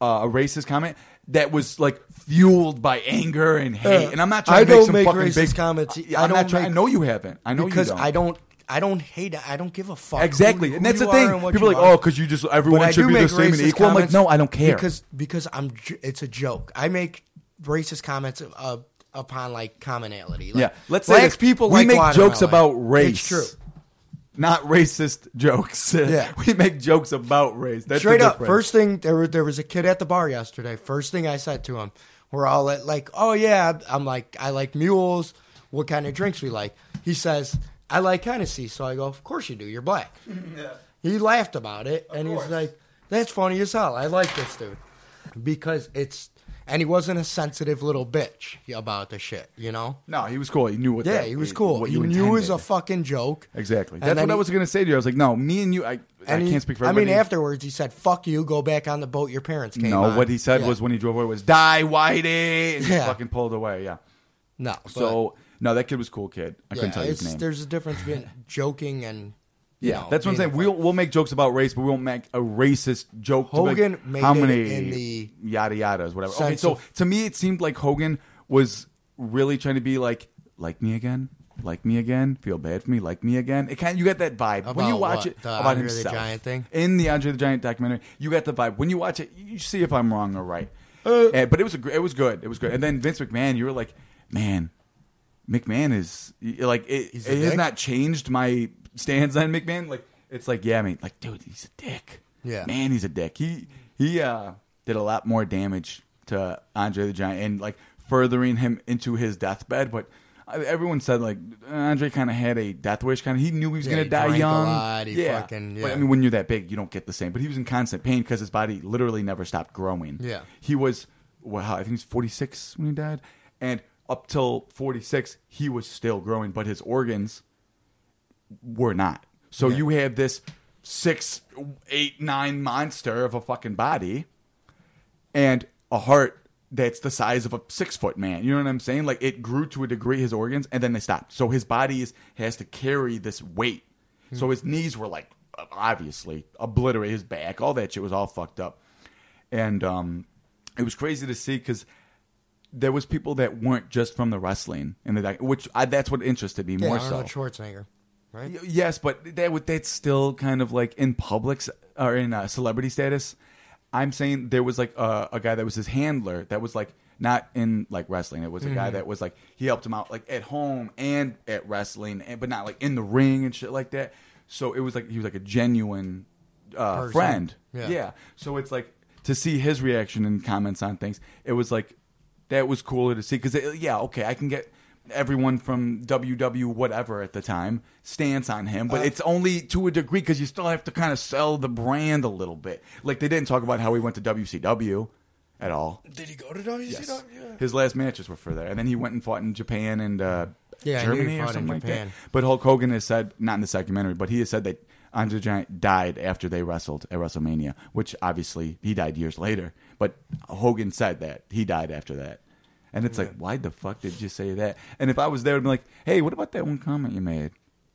S2: uh, a racist comment that was like fueled by anger and hate.
S3: Uh,
S2: and I'm not trying
S3: I
S2: to
S3: don't
S2: make some
S3: make
S2: fucking
S3: racist
S2: big
S3: comments.
S2: I,
S3: I
S2: am
S3: don't
S2: not trying. I
S3: make-
S2: know you haven't. I know
S3: because
S2: you don't.
S3: I don't. I don't hate. it. I don't give a fuck.
S2: Exactly,
S3: who-
S2: and
S3: who
S2: that's the
S3: you
S2: thing.
S3: are and what
S2: People are
S3: you
S2: like,
S3: are.
S2: oh, because you just everyone
S3: But I
S2: should
S3: do
S2: be the
S3: make
S2: same and
S3: racist
S2: equal. I'm like,
S3: comments
S2: no, I don't care.
S3: because because I'm. j- It's a joke. I make racist comments uh, upon like commonality. Like,
S2: yeah, let's say
S3: black
S2: this.
S3: people
S2: we
S3: like
S2: make
S3: watermelon.
S2: jokes about race.
S3: It's true.
S2: not racist jokes.
S3: Yeah.
S2: we make jokes about race. That's
S3: Straight
S2: the
S3: up,
S2: difference.
S3: first thing there was there was a kid at the bar yesterday. First thing I said to him, we're all at like, oh yeah, I'm like I like mules. What kind of drinks we like? He says I like Hennessy. So I go, of course you do. You're black. He laughed about it, and he's like, that's funny as hell. I like this dude because it's and he wasn't a sensitive little bitch about the shit, you know.
S2: No, he was cool. He knew what.
S3: Yeah,
S2: that-
S3: he was cool.
S2: What
S3: He
S2: you
S3: knew it was a
S2: intended.
S3: fucking joke.
S2: exactly.
S3: And
S2: That's
S3: then
S2: what I
S3: he-
S2: was gonna say to you. I was like, no, me and you. I, I
S3: and he-
S2: can't speak for.
S3: I mean,
S2: everybody.
S3: afterwards he said, "Fuck you, go back on the boat your parents came
S2: No,
S3: on."
S2: what he said
S3: Yeah.
S2: was when he drove away was die whitey and he
S3: Yeah.
S2: fucking pulled away. Yeah.
S3: no.
S2: So no, that kid was a cool kid. I
S3: but,
S2: couldn't
S3: yeah,
S2: tell you his
S3: it's-
S2: name.
S3: There's a difference between joking and you
S2: Yeah,
S3: know,
S2: that's what I'm
S3: being
S2: saying. We'll we'll make jokes about race, but we won't make a racist joke. to be
S3: Hogan
S2: like,
S3: made
S2: how
S3: it
S2: many
S3: in the
S2: yada yadas, whatever. Okay,
S3: sense
S2: so
S3: of-
S2: to me, it seemed like Hogan was really trying to be like, like me again, like me again, feel bad for me, like me again. It kind of, you get that vibe when you
S3: About
S2: watch
S3: what?
S2: it
S3: The
S2: about
S3: Andre the
S2: himself
S3: Giant thing?
S2: in the Andre the Giant documentary. You get the vibe when you watch it. You see if I'm wrong or right. Uh, but it was a, gr- it was good. It was good. And then Vince McMahon, you were like, man, McMahon is like it,
S3: He's a
S2: it has
S3: dick?
S2: not changed my stance on McMahon. Like it's like yeah, I mean, like dude, he's a dick.
S3: Yeah.
S2: man, he's a dick. He he uh, did a lot more damage to Andre the Giant and like furthering him into his deathbed. But uh, everyone said like Andre kind of had a death wish. Kind of he knew he was
S3: Yeah,
S2: gonna
S3: he
S2: die
S3: drank a
S2: young.
S3: lot, he
S2: yeah,
S3: fucking-
S2: But, I
S3: yeah.
S2: mean, when you're that big, you don't get the same. But he was in constant pain because his body literally never stopped growing.
S3: Yeah.
S2: he was wow. I think he's 46 when he died, and up till 46, he was still growing, but his organs were not. So you have this six, eight, nine monster of a fucking body, and a heart that's the size of a six foot man. You know what I'm saying? Like it grew to a degree his organs, and then they stopped. So his body is, has to carry this weight. So his knees were like obviously obliterated. His back, all that shit was all fucked up, and um, it was crazy to see because there was people that weren't just from the wrestling and the doc- which I, that's what interested me
S3: yeah,
S2: more so.
S3: Arnold Schwarzenegger, right?
S2: Y- Yes, but that would that's still kind of like in public or in uh, celebrity status. I'm saying there was like uh, a, a guy that was his handler that was like not in like wrestling. It was a guy that was like he helped him out like at home and at wrestling, and, but not like in the ring and shit like that. So it was like he was like a genuine uh,
S3: Person.
S2: friend.
S3: Yeah.
S2: yeah. So it's like to see his reaction and comments on things. It was like that was cooler to see because yeah, okay, I can get everyone from WW whatever at the time stance on him,
S3: Uh,
S2: but it's only to a degree because you still have to kind of sell the brand a little bit. Like they didn't talk about how he went to WCW at all.
S3: Did he go to WCW?
S2: Yes. His last matches were for there, and then he went and fought in Japan and uh,
S3: Yeah, I knew he
S2: Germany or
S3: fought in
S2: something like that.
S3: Japan.
S2: But Hulk Hogan has said, not in this documentary, but he has said that Andre the Giant died after they wrestled at WrestleMania, which obviously he died years later. But Hogan said that he died after that, and it's like, why the fuck did you say that? And if I was there, I'd be like, hey, what about that one comment you made?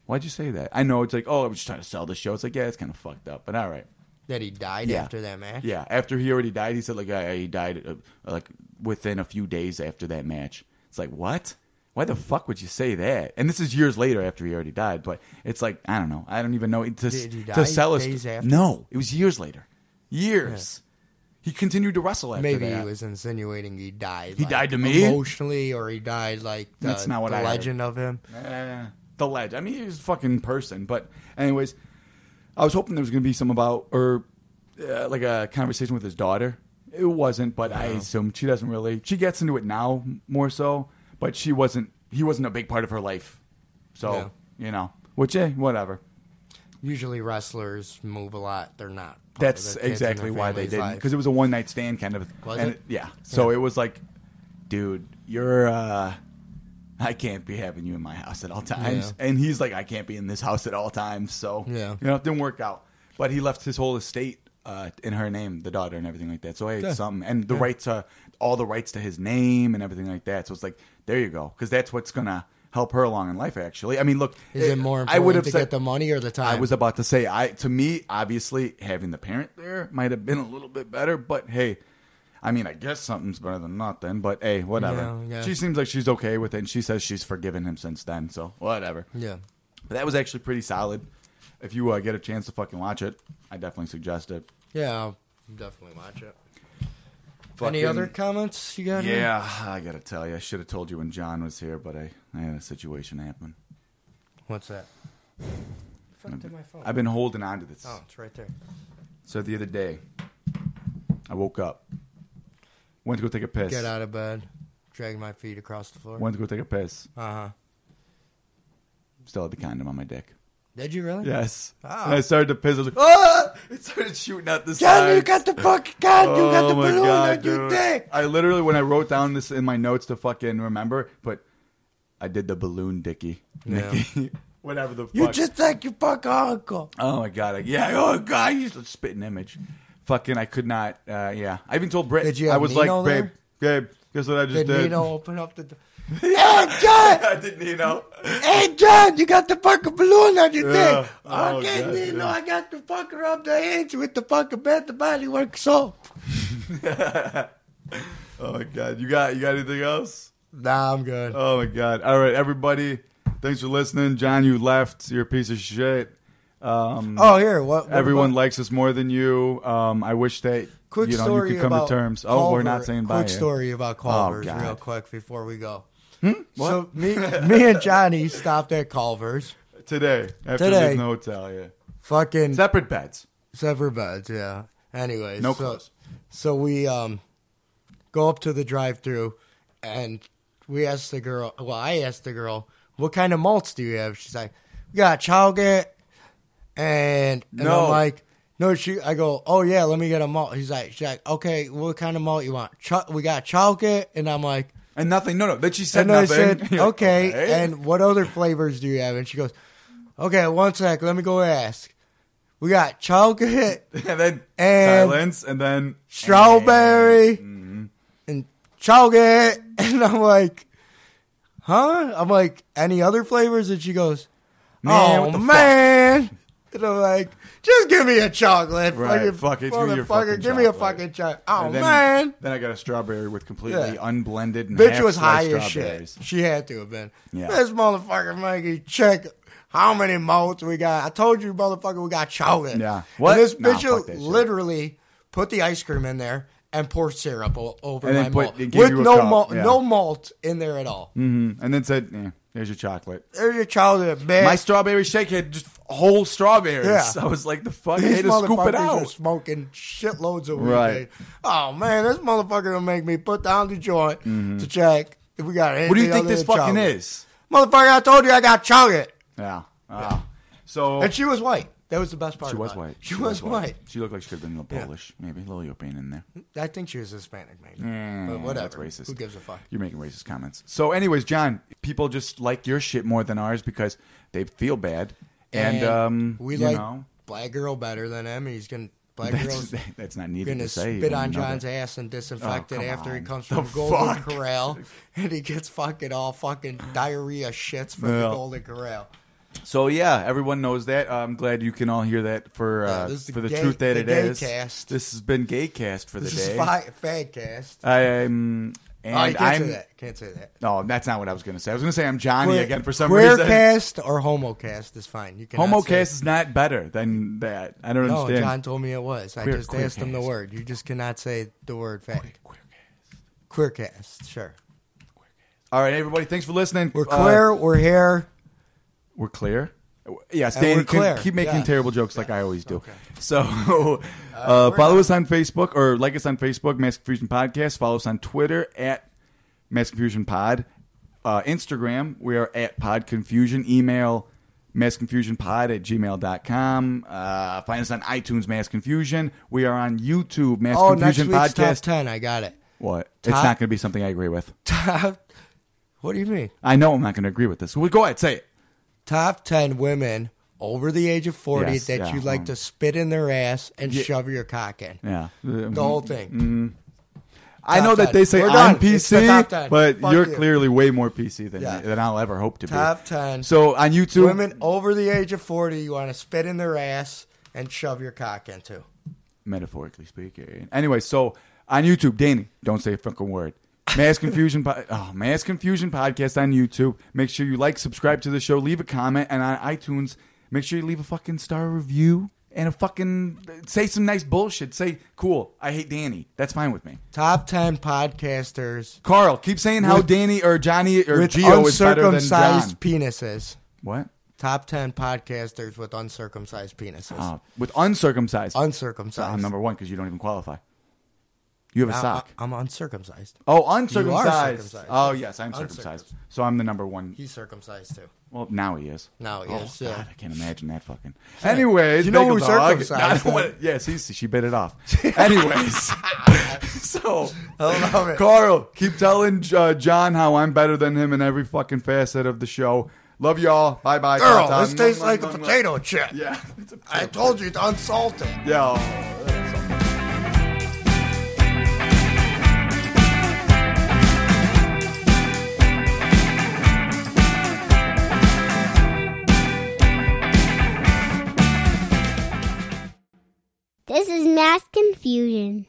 S2: Why'd you say that? I know it's like, oh, I was just trying to sell the show. It's like, yeah, it's kind of fucked up, but all right.
S3: That he died
S2: Yeah.
S3: after that match.
S2: Yeah, after he already died, he said like uh, he died uh, like within a few days after that match. It's like what? Why the fuck would you say that? And this is years later after he already died, but it's like I don't know. I don't even know to,
S3: Did he die
S2: to sell us.
S3: days after?
S2: No, it was years later. Years. He continued to wrestle after
S3: Maybe
S2: that.
S3: he was insinuating he died.
S2: He
S3: like,
S2: died to me?
S3: emotionally, or he died like the,
S2: That's not what
S3: the
S2: I heard.
S3: legend of him.
S2: Eh, the ledge. I mean, he was a fucking person. But anyways, I was hoping there was going to be some about or uh, like a conversation with his daughter. It wasn't, but I assume she doesn't really. She gets into it now more so, but she wasn't. He wasn't a big part of her life, so you know. Which, eh, whatever.
S3: Usually, wrestlers move a lot. They're not. part of
S2: That's
S3: their kids and
S2: exactly
S3: their
S2: why they
S3: family's
S2: didn't
S3: life.
S2: because it was a one night stand kind of.
S3: Was
S2: and
S3: it?
S2: Yeah. So it was like, dude, you're. uh I can't be having you in my house at all times,
S3: Yeah.
S2: and he's like, I can't be in this house at all times. So
S3: Yeah.
S2: you know, it didn't work out. But he left his whole estate uh, in her name, the daughter and everything like that. So I had something and the rights to all the rights to his name and everything like that. So it's like there you go, because that's what's gonna help her along in life. Actually, I mean, look,
S3: Is it more
S2: I would
S3: important
S2: have
S3: to
S2: said
S3: get the money or the time?
S2: I was about to say, I to me, obviously, having the parent there might have been a little bit better, but hey, I mean, I guess something's better than nothing. But hey, whatever.
S3: Yeah, yeah.
S2: She seems like she's okay with it, and she says she's forgiven him since then. So whatever.
S3: yeah.
S2: But that was actually pretty solid. If you uh, get a chance to fucking watch it, I definitely suggest it.
S3: Yeah, I'll definitely watch it. Any
S2: Fucking-
S3: other comments you got? here?
S2: Yeah, I gotta tell you, I should have told you when John was here, but I, I had a situation happen.
S3: What's that? Fuck did my phone.
S2: I've been holding on to this.
S3: Oh, it's right there.
S2: So the other day, I woke up, went to go take a piss.
S3: Get out of bed. Drag my feet across the floor.
S2: Went to go take a piss.
S3: Uh huh.
S2: Still had the condom on my dick.
S3: Did you really?
S2: Yes.
S3: Ah.
S2: And I started to piss. I was like, ah! It started shooting out the
S3: God,
S2: sides.
S3: you got the fucking God, you got the balloon on your
S2: Oh dude.
S3: dick.
S2: I literally, when I wrote down this in my notes to fucking remember, but I did the balloon dicky.
S3: Yeah.
S2: Nicky. Whatever the fuck.
S3: You just like your fucking uncle.
S2: Oh my god! Like, yeah. Oh god! You just spit an image. Fucking, I could not. Uh, yeah, I even told Britt.
S3: Did you have
S2: I was
S3: Nino
S2: like, babe, babe. Guess what I just
S3: Did
S2: did?
S3: Nino open up the door? hey, John!
S2: I did Nino.
S3: Hey, John, you got the fucking balloon on your
S2: Yeah.
S3: dick.
S2: Oh,
S3: okay,
S2: God,
S3: Nino,
S2: yeah.
S3: I got the fucking rub the hands with the fucking bath the body work soap.
S2: Oh my god! You got you got anything else?
S3: Nah, I'm good.
S2: Oh my god! All right, everybody. Thanks for listening, John. You left. You're a piece of shit. Um,
S3: oh, here, what? what
S2: everyone
S3: about-
S2: likes us more than you. Um, I wish that
S3: quick
S2: you know
S3: story
S2: you could come
S3: about
S2: to terms. Oh, we're
S3: Culver-
S2: not saying
S3: quick
S2: bye. yet.
S3: story about Culver's
S2: God. Hmm?
S3: real quick before we go.
S2: What?
S3: So me, me and Johnny stopped at Culver's.
S2: today after
S3: Today.
S2: leaving the hotel. Yeah,
S3: Fucking
S2: separate beds.
S3: Sever beds, yeah. Anyways,
S2: No
S3: so,
S2: clothes.
S3: so we um go up to the drive-through, and we asked the girl. Well, I asked the girl, "What kind of malts do you have?" She's like, "We got Chowgate," and, and
S2: No.
S3: I'm like, "No." She, I go, "Oh yeah, let me get a malt." He's like, "She's like, okay, what kind of malt you want?" Ch- we got Chowgate, and I'm like,
S2: And nothing. No, no. Then she said
S3: and
S2: nothing.
S3: I said,
S2: You're like,
S3: okay,
S2: "Okay."
S3: and what other flavors do you have? And she goes, okay, one sec, let me go ask. We got chocolate,
S2: and then
S3: And-
S2: silence, and then
S3: strawberry,
S2: Mm-hmm.
S3: and chocolate. And I'm like, huh? I'm like, any other flavors? And she goes,
S2: Man,
S3: oh,
S2: what the fuck?"
S3: man. And I'm like, just give me a chocolate.
S2: Right,
S3: fucking
S2: fuck it, give me your
S3: motherfucker,
S2: fucking
S3: give me a
S2: chocolate.
S3: fucking chocolate. Oh,
S2: and then,
S3: man.
S2: Then I got a strawberry with completely
S3: Yeah.
S2: unblended. And
S3: Bitch
S2: half
S3: was high
S2: sliced
S3: as shit.
S2: strawberries.
S3: She had to have been.
S2: Yeah.
S3: This motherfucker, Mikey, check how many malts we got. I told you, motherfucker, we got chocolate.
S2: Yeah. What?
S3: What? And this
S2: Nah,
S3: bitch
S2: fuck that shit.
S3: literally put the ice cream in there and poured syrup o- over
S2: And
S3: my
S2: then put-
S3: malt
S2: they
S3: with
S2: gave you a
S3: no
S2: cup,
S3: malt,
S2: yeah.
S3: no malt in there at all.
S2: Mhm. And then said, eh, "There's your chocolate."
S3: There's your chocolate, bitch.
S2: My strawberry shake had just whole strawberries.
S3: Yeah.
S2: I was like, "The fuck, I
S3: These
S2: had to scoop
S3: motherfuckers
S2: it
S3: are
S2: out."
S3: smoking shitloads of weed.
S2: Right.
S3: Oh man, this motherfucker gonna make me put down the joint to check if we got anything.
S2: Mm-hmm. What do you think
S3: other
S2: this
S3: than
S2: fucking
S3: chocolate.
S2: is?
S3: motherfucker? I told you I got chocolate.
S2: Yeah. Ah. So
S3: And she was white. That was the best part.
S2: She was
S3: about it.
S2: white.
S3: She, was, white.
S2: She looked like she could have been a little
S3: Yeah.
S2: Polish, maybe a little European in there.
S3: I think she was Hispanic, maybe.
S2: Mm,
S3: but whatever.
S2: That's racist.
S3: Who gives a fuck?
S2: You're making racist comments. So, anyways, John, people just like your shit more than ours because they feel bad, and, um,
S3: we
S2: you
S3: like
S2: know,
S3: black girl better than him. He's gonna black
S2: that's,
S3: girl's
S2: that's not needed
S3: gonna
S2: to say.
S3: spit
S2: you
S3: on
S2: know that.
S3: John's ass and disinfect
S2: Oh,
S3: it
S2: come
S3: after he
S2: on.
S3: comes
S2: The
S3: from Golden
S2: fuck?
S3: Corral, and he gets fucking all fucking diarrhea shits from
S2: Yeah.
S3: Golden Corral.
S2: So yeah, everyone knows that. I'm glad you can all hear that for
S3: Yeah,
S2: uh,
S3: this is the
S2: for the
S3: gay-
S2: truth that
S3: the
S2: it
S3: gay
S2: is.
S3: cast.
S2: This has been Gaycast for the
S3: This
S2: day.
S3: is fi- Fadcast.
S2: I'm and
S3: Oh, you can't
S2: I'm.
S3: say that. Can't say that.
S2: No, that's not what I was gonna say. I was gonna say I'm Johnny again for some reason.
S3: Queercast or homocast is fine. You can
S2: Homocast is not better than that. I don't
S3: No,
S2: understand.
S3: John told me it was. I
S2: Queer-
S3: just asked him the
S2: queercast.
S3: word. You just cannot say the word fag. Queercast, sure.
S2: All right, everybody, thanks for listening.
S3: We're
S2: Uh,
S3: queer. we're here.
S2: We're clear. Yes,
S3: And
S2: Danny,
S3: we're
S2: can-
S3: clear.
S2: keep making
S3: Yeah.
S2: terrible jokes like I always do. So, uh, follow us on Facebook or like us on Facebook, Mass Confusion Podcast. Follow us on Twitter at Mass Confusion Pod. Uh, Instagram, we are at Pod Confusion. Email Mass Confusion Pod at gmail.com. Uh, find us on iTunes, Mass Confusion. We are on YouTube, Mass
S3: Oh, next
S2: Confusion
S3: week's top
S2: Podcast.
S3: ten. I got it.
S2: What? it's
S3: Top-
S2: not going to be something I agree with.
S3: Top. What do you mean?
S2: I know I'm not going to agree with this. Well, go ahead, say it.
S3: Top ten women over the age of 40
S2: Yes,
S3: that
S2: yeah,
S3: you like
S2: um,
S3: to spit in their ass and shove your cock in.
S2: Yeah. Mm-hmm.
S3: The whole thing.
S2: I know
S3: Top
S2: that they
S3: ten.
S2: say
S3: We're
S2: I'm
S3: done. It's the top
S2: PC,
S3: ten.
S2: but
S3: Fuck
S2: you're
S3: you.
S2: clearly way more PC than,
S3: Yeah.
S2: than I'll ever hope to
S3: Top
S2: be.
S3: 10.
S2: So on YouTube,
S3: Women over the age of 40 you want to spit in their ass and shove your cock into.
S2: metaphorically speaking. Anyway, so on YouTube, Danny, don't say a fucking word. Mass Confusion, po- oh, Mass Confusion podcast on YouTube. Make sure you like, subscribe to the show, leave a comment, and on iTunes, make sure you leave a fucking star review and a fucking say some nice bullshit. Say, cool, I hate Danny. That's fine with me.
S3: Top 10 podcasters
S2: Carl, keep saying how
S3: With-
S2: Danny or Johnny or
S3: with
S2: Geo is better than John.
S3: uncircumcised penises.
S2: What?
S3: Top 10 podcasters with uncircumcised penises.
S2: Uh, with uncircumcised. Uh,
S3: uncircumcised.
S2: I'm number one because you don't even qualify. You have a
S3: I-
S2: sock.
S3: I, am uncircumcised.
S2: Oh, uncircumcised.
S3: uh, circumcised.
S2: Oh, yes, I'm circumcised.
S3: Uncircumcised.
S2: So I'm the number one.
S3: He's circumcised too.
S2: Well, now he is.
S3: Now he
S2: oh,
S3: is, yeah.
S2: God, I can't imagine that fucking. Anyways,
S3: You know
S2: bagel
S3: who's
S2: dog.
S3: circumcised,
S2: I don't
S3: huh?
S2: wanna- yes, he's, she bit it off. Anyways, so
S3: I love it.
S2: Carl, keep telling uh, John how I'm better than him in every fucking facet of the show. Love y'all. Bye bye.
S3: Girl, this tastes like a potato chip.
S2: Yeah, it's a
S3: I told you it's unsalted.
S2: Yeah. oh, that's all.
S5: This is mass confusion.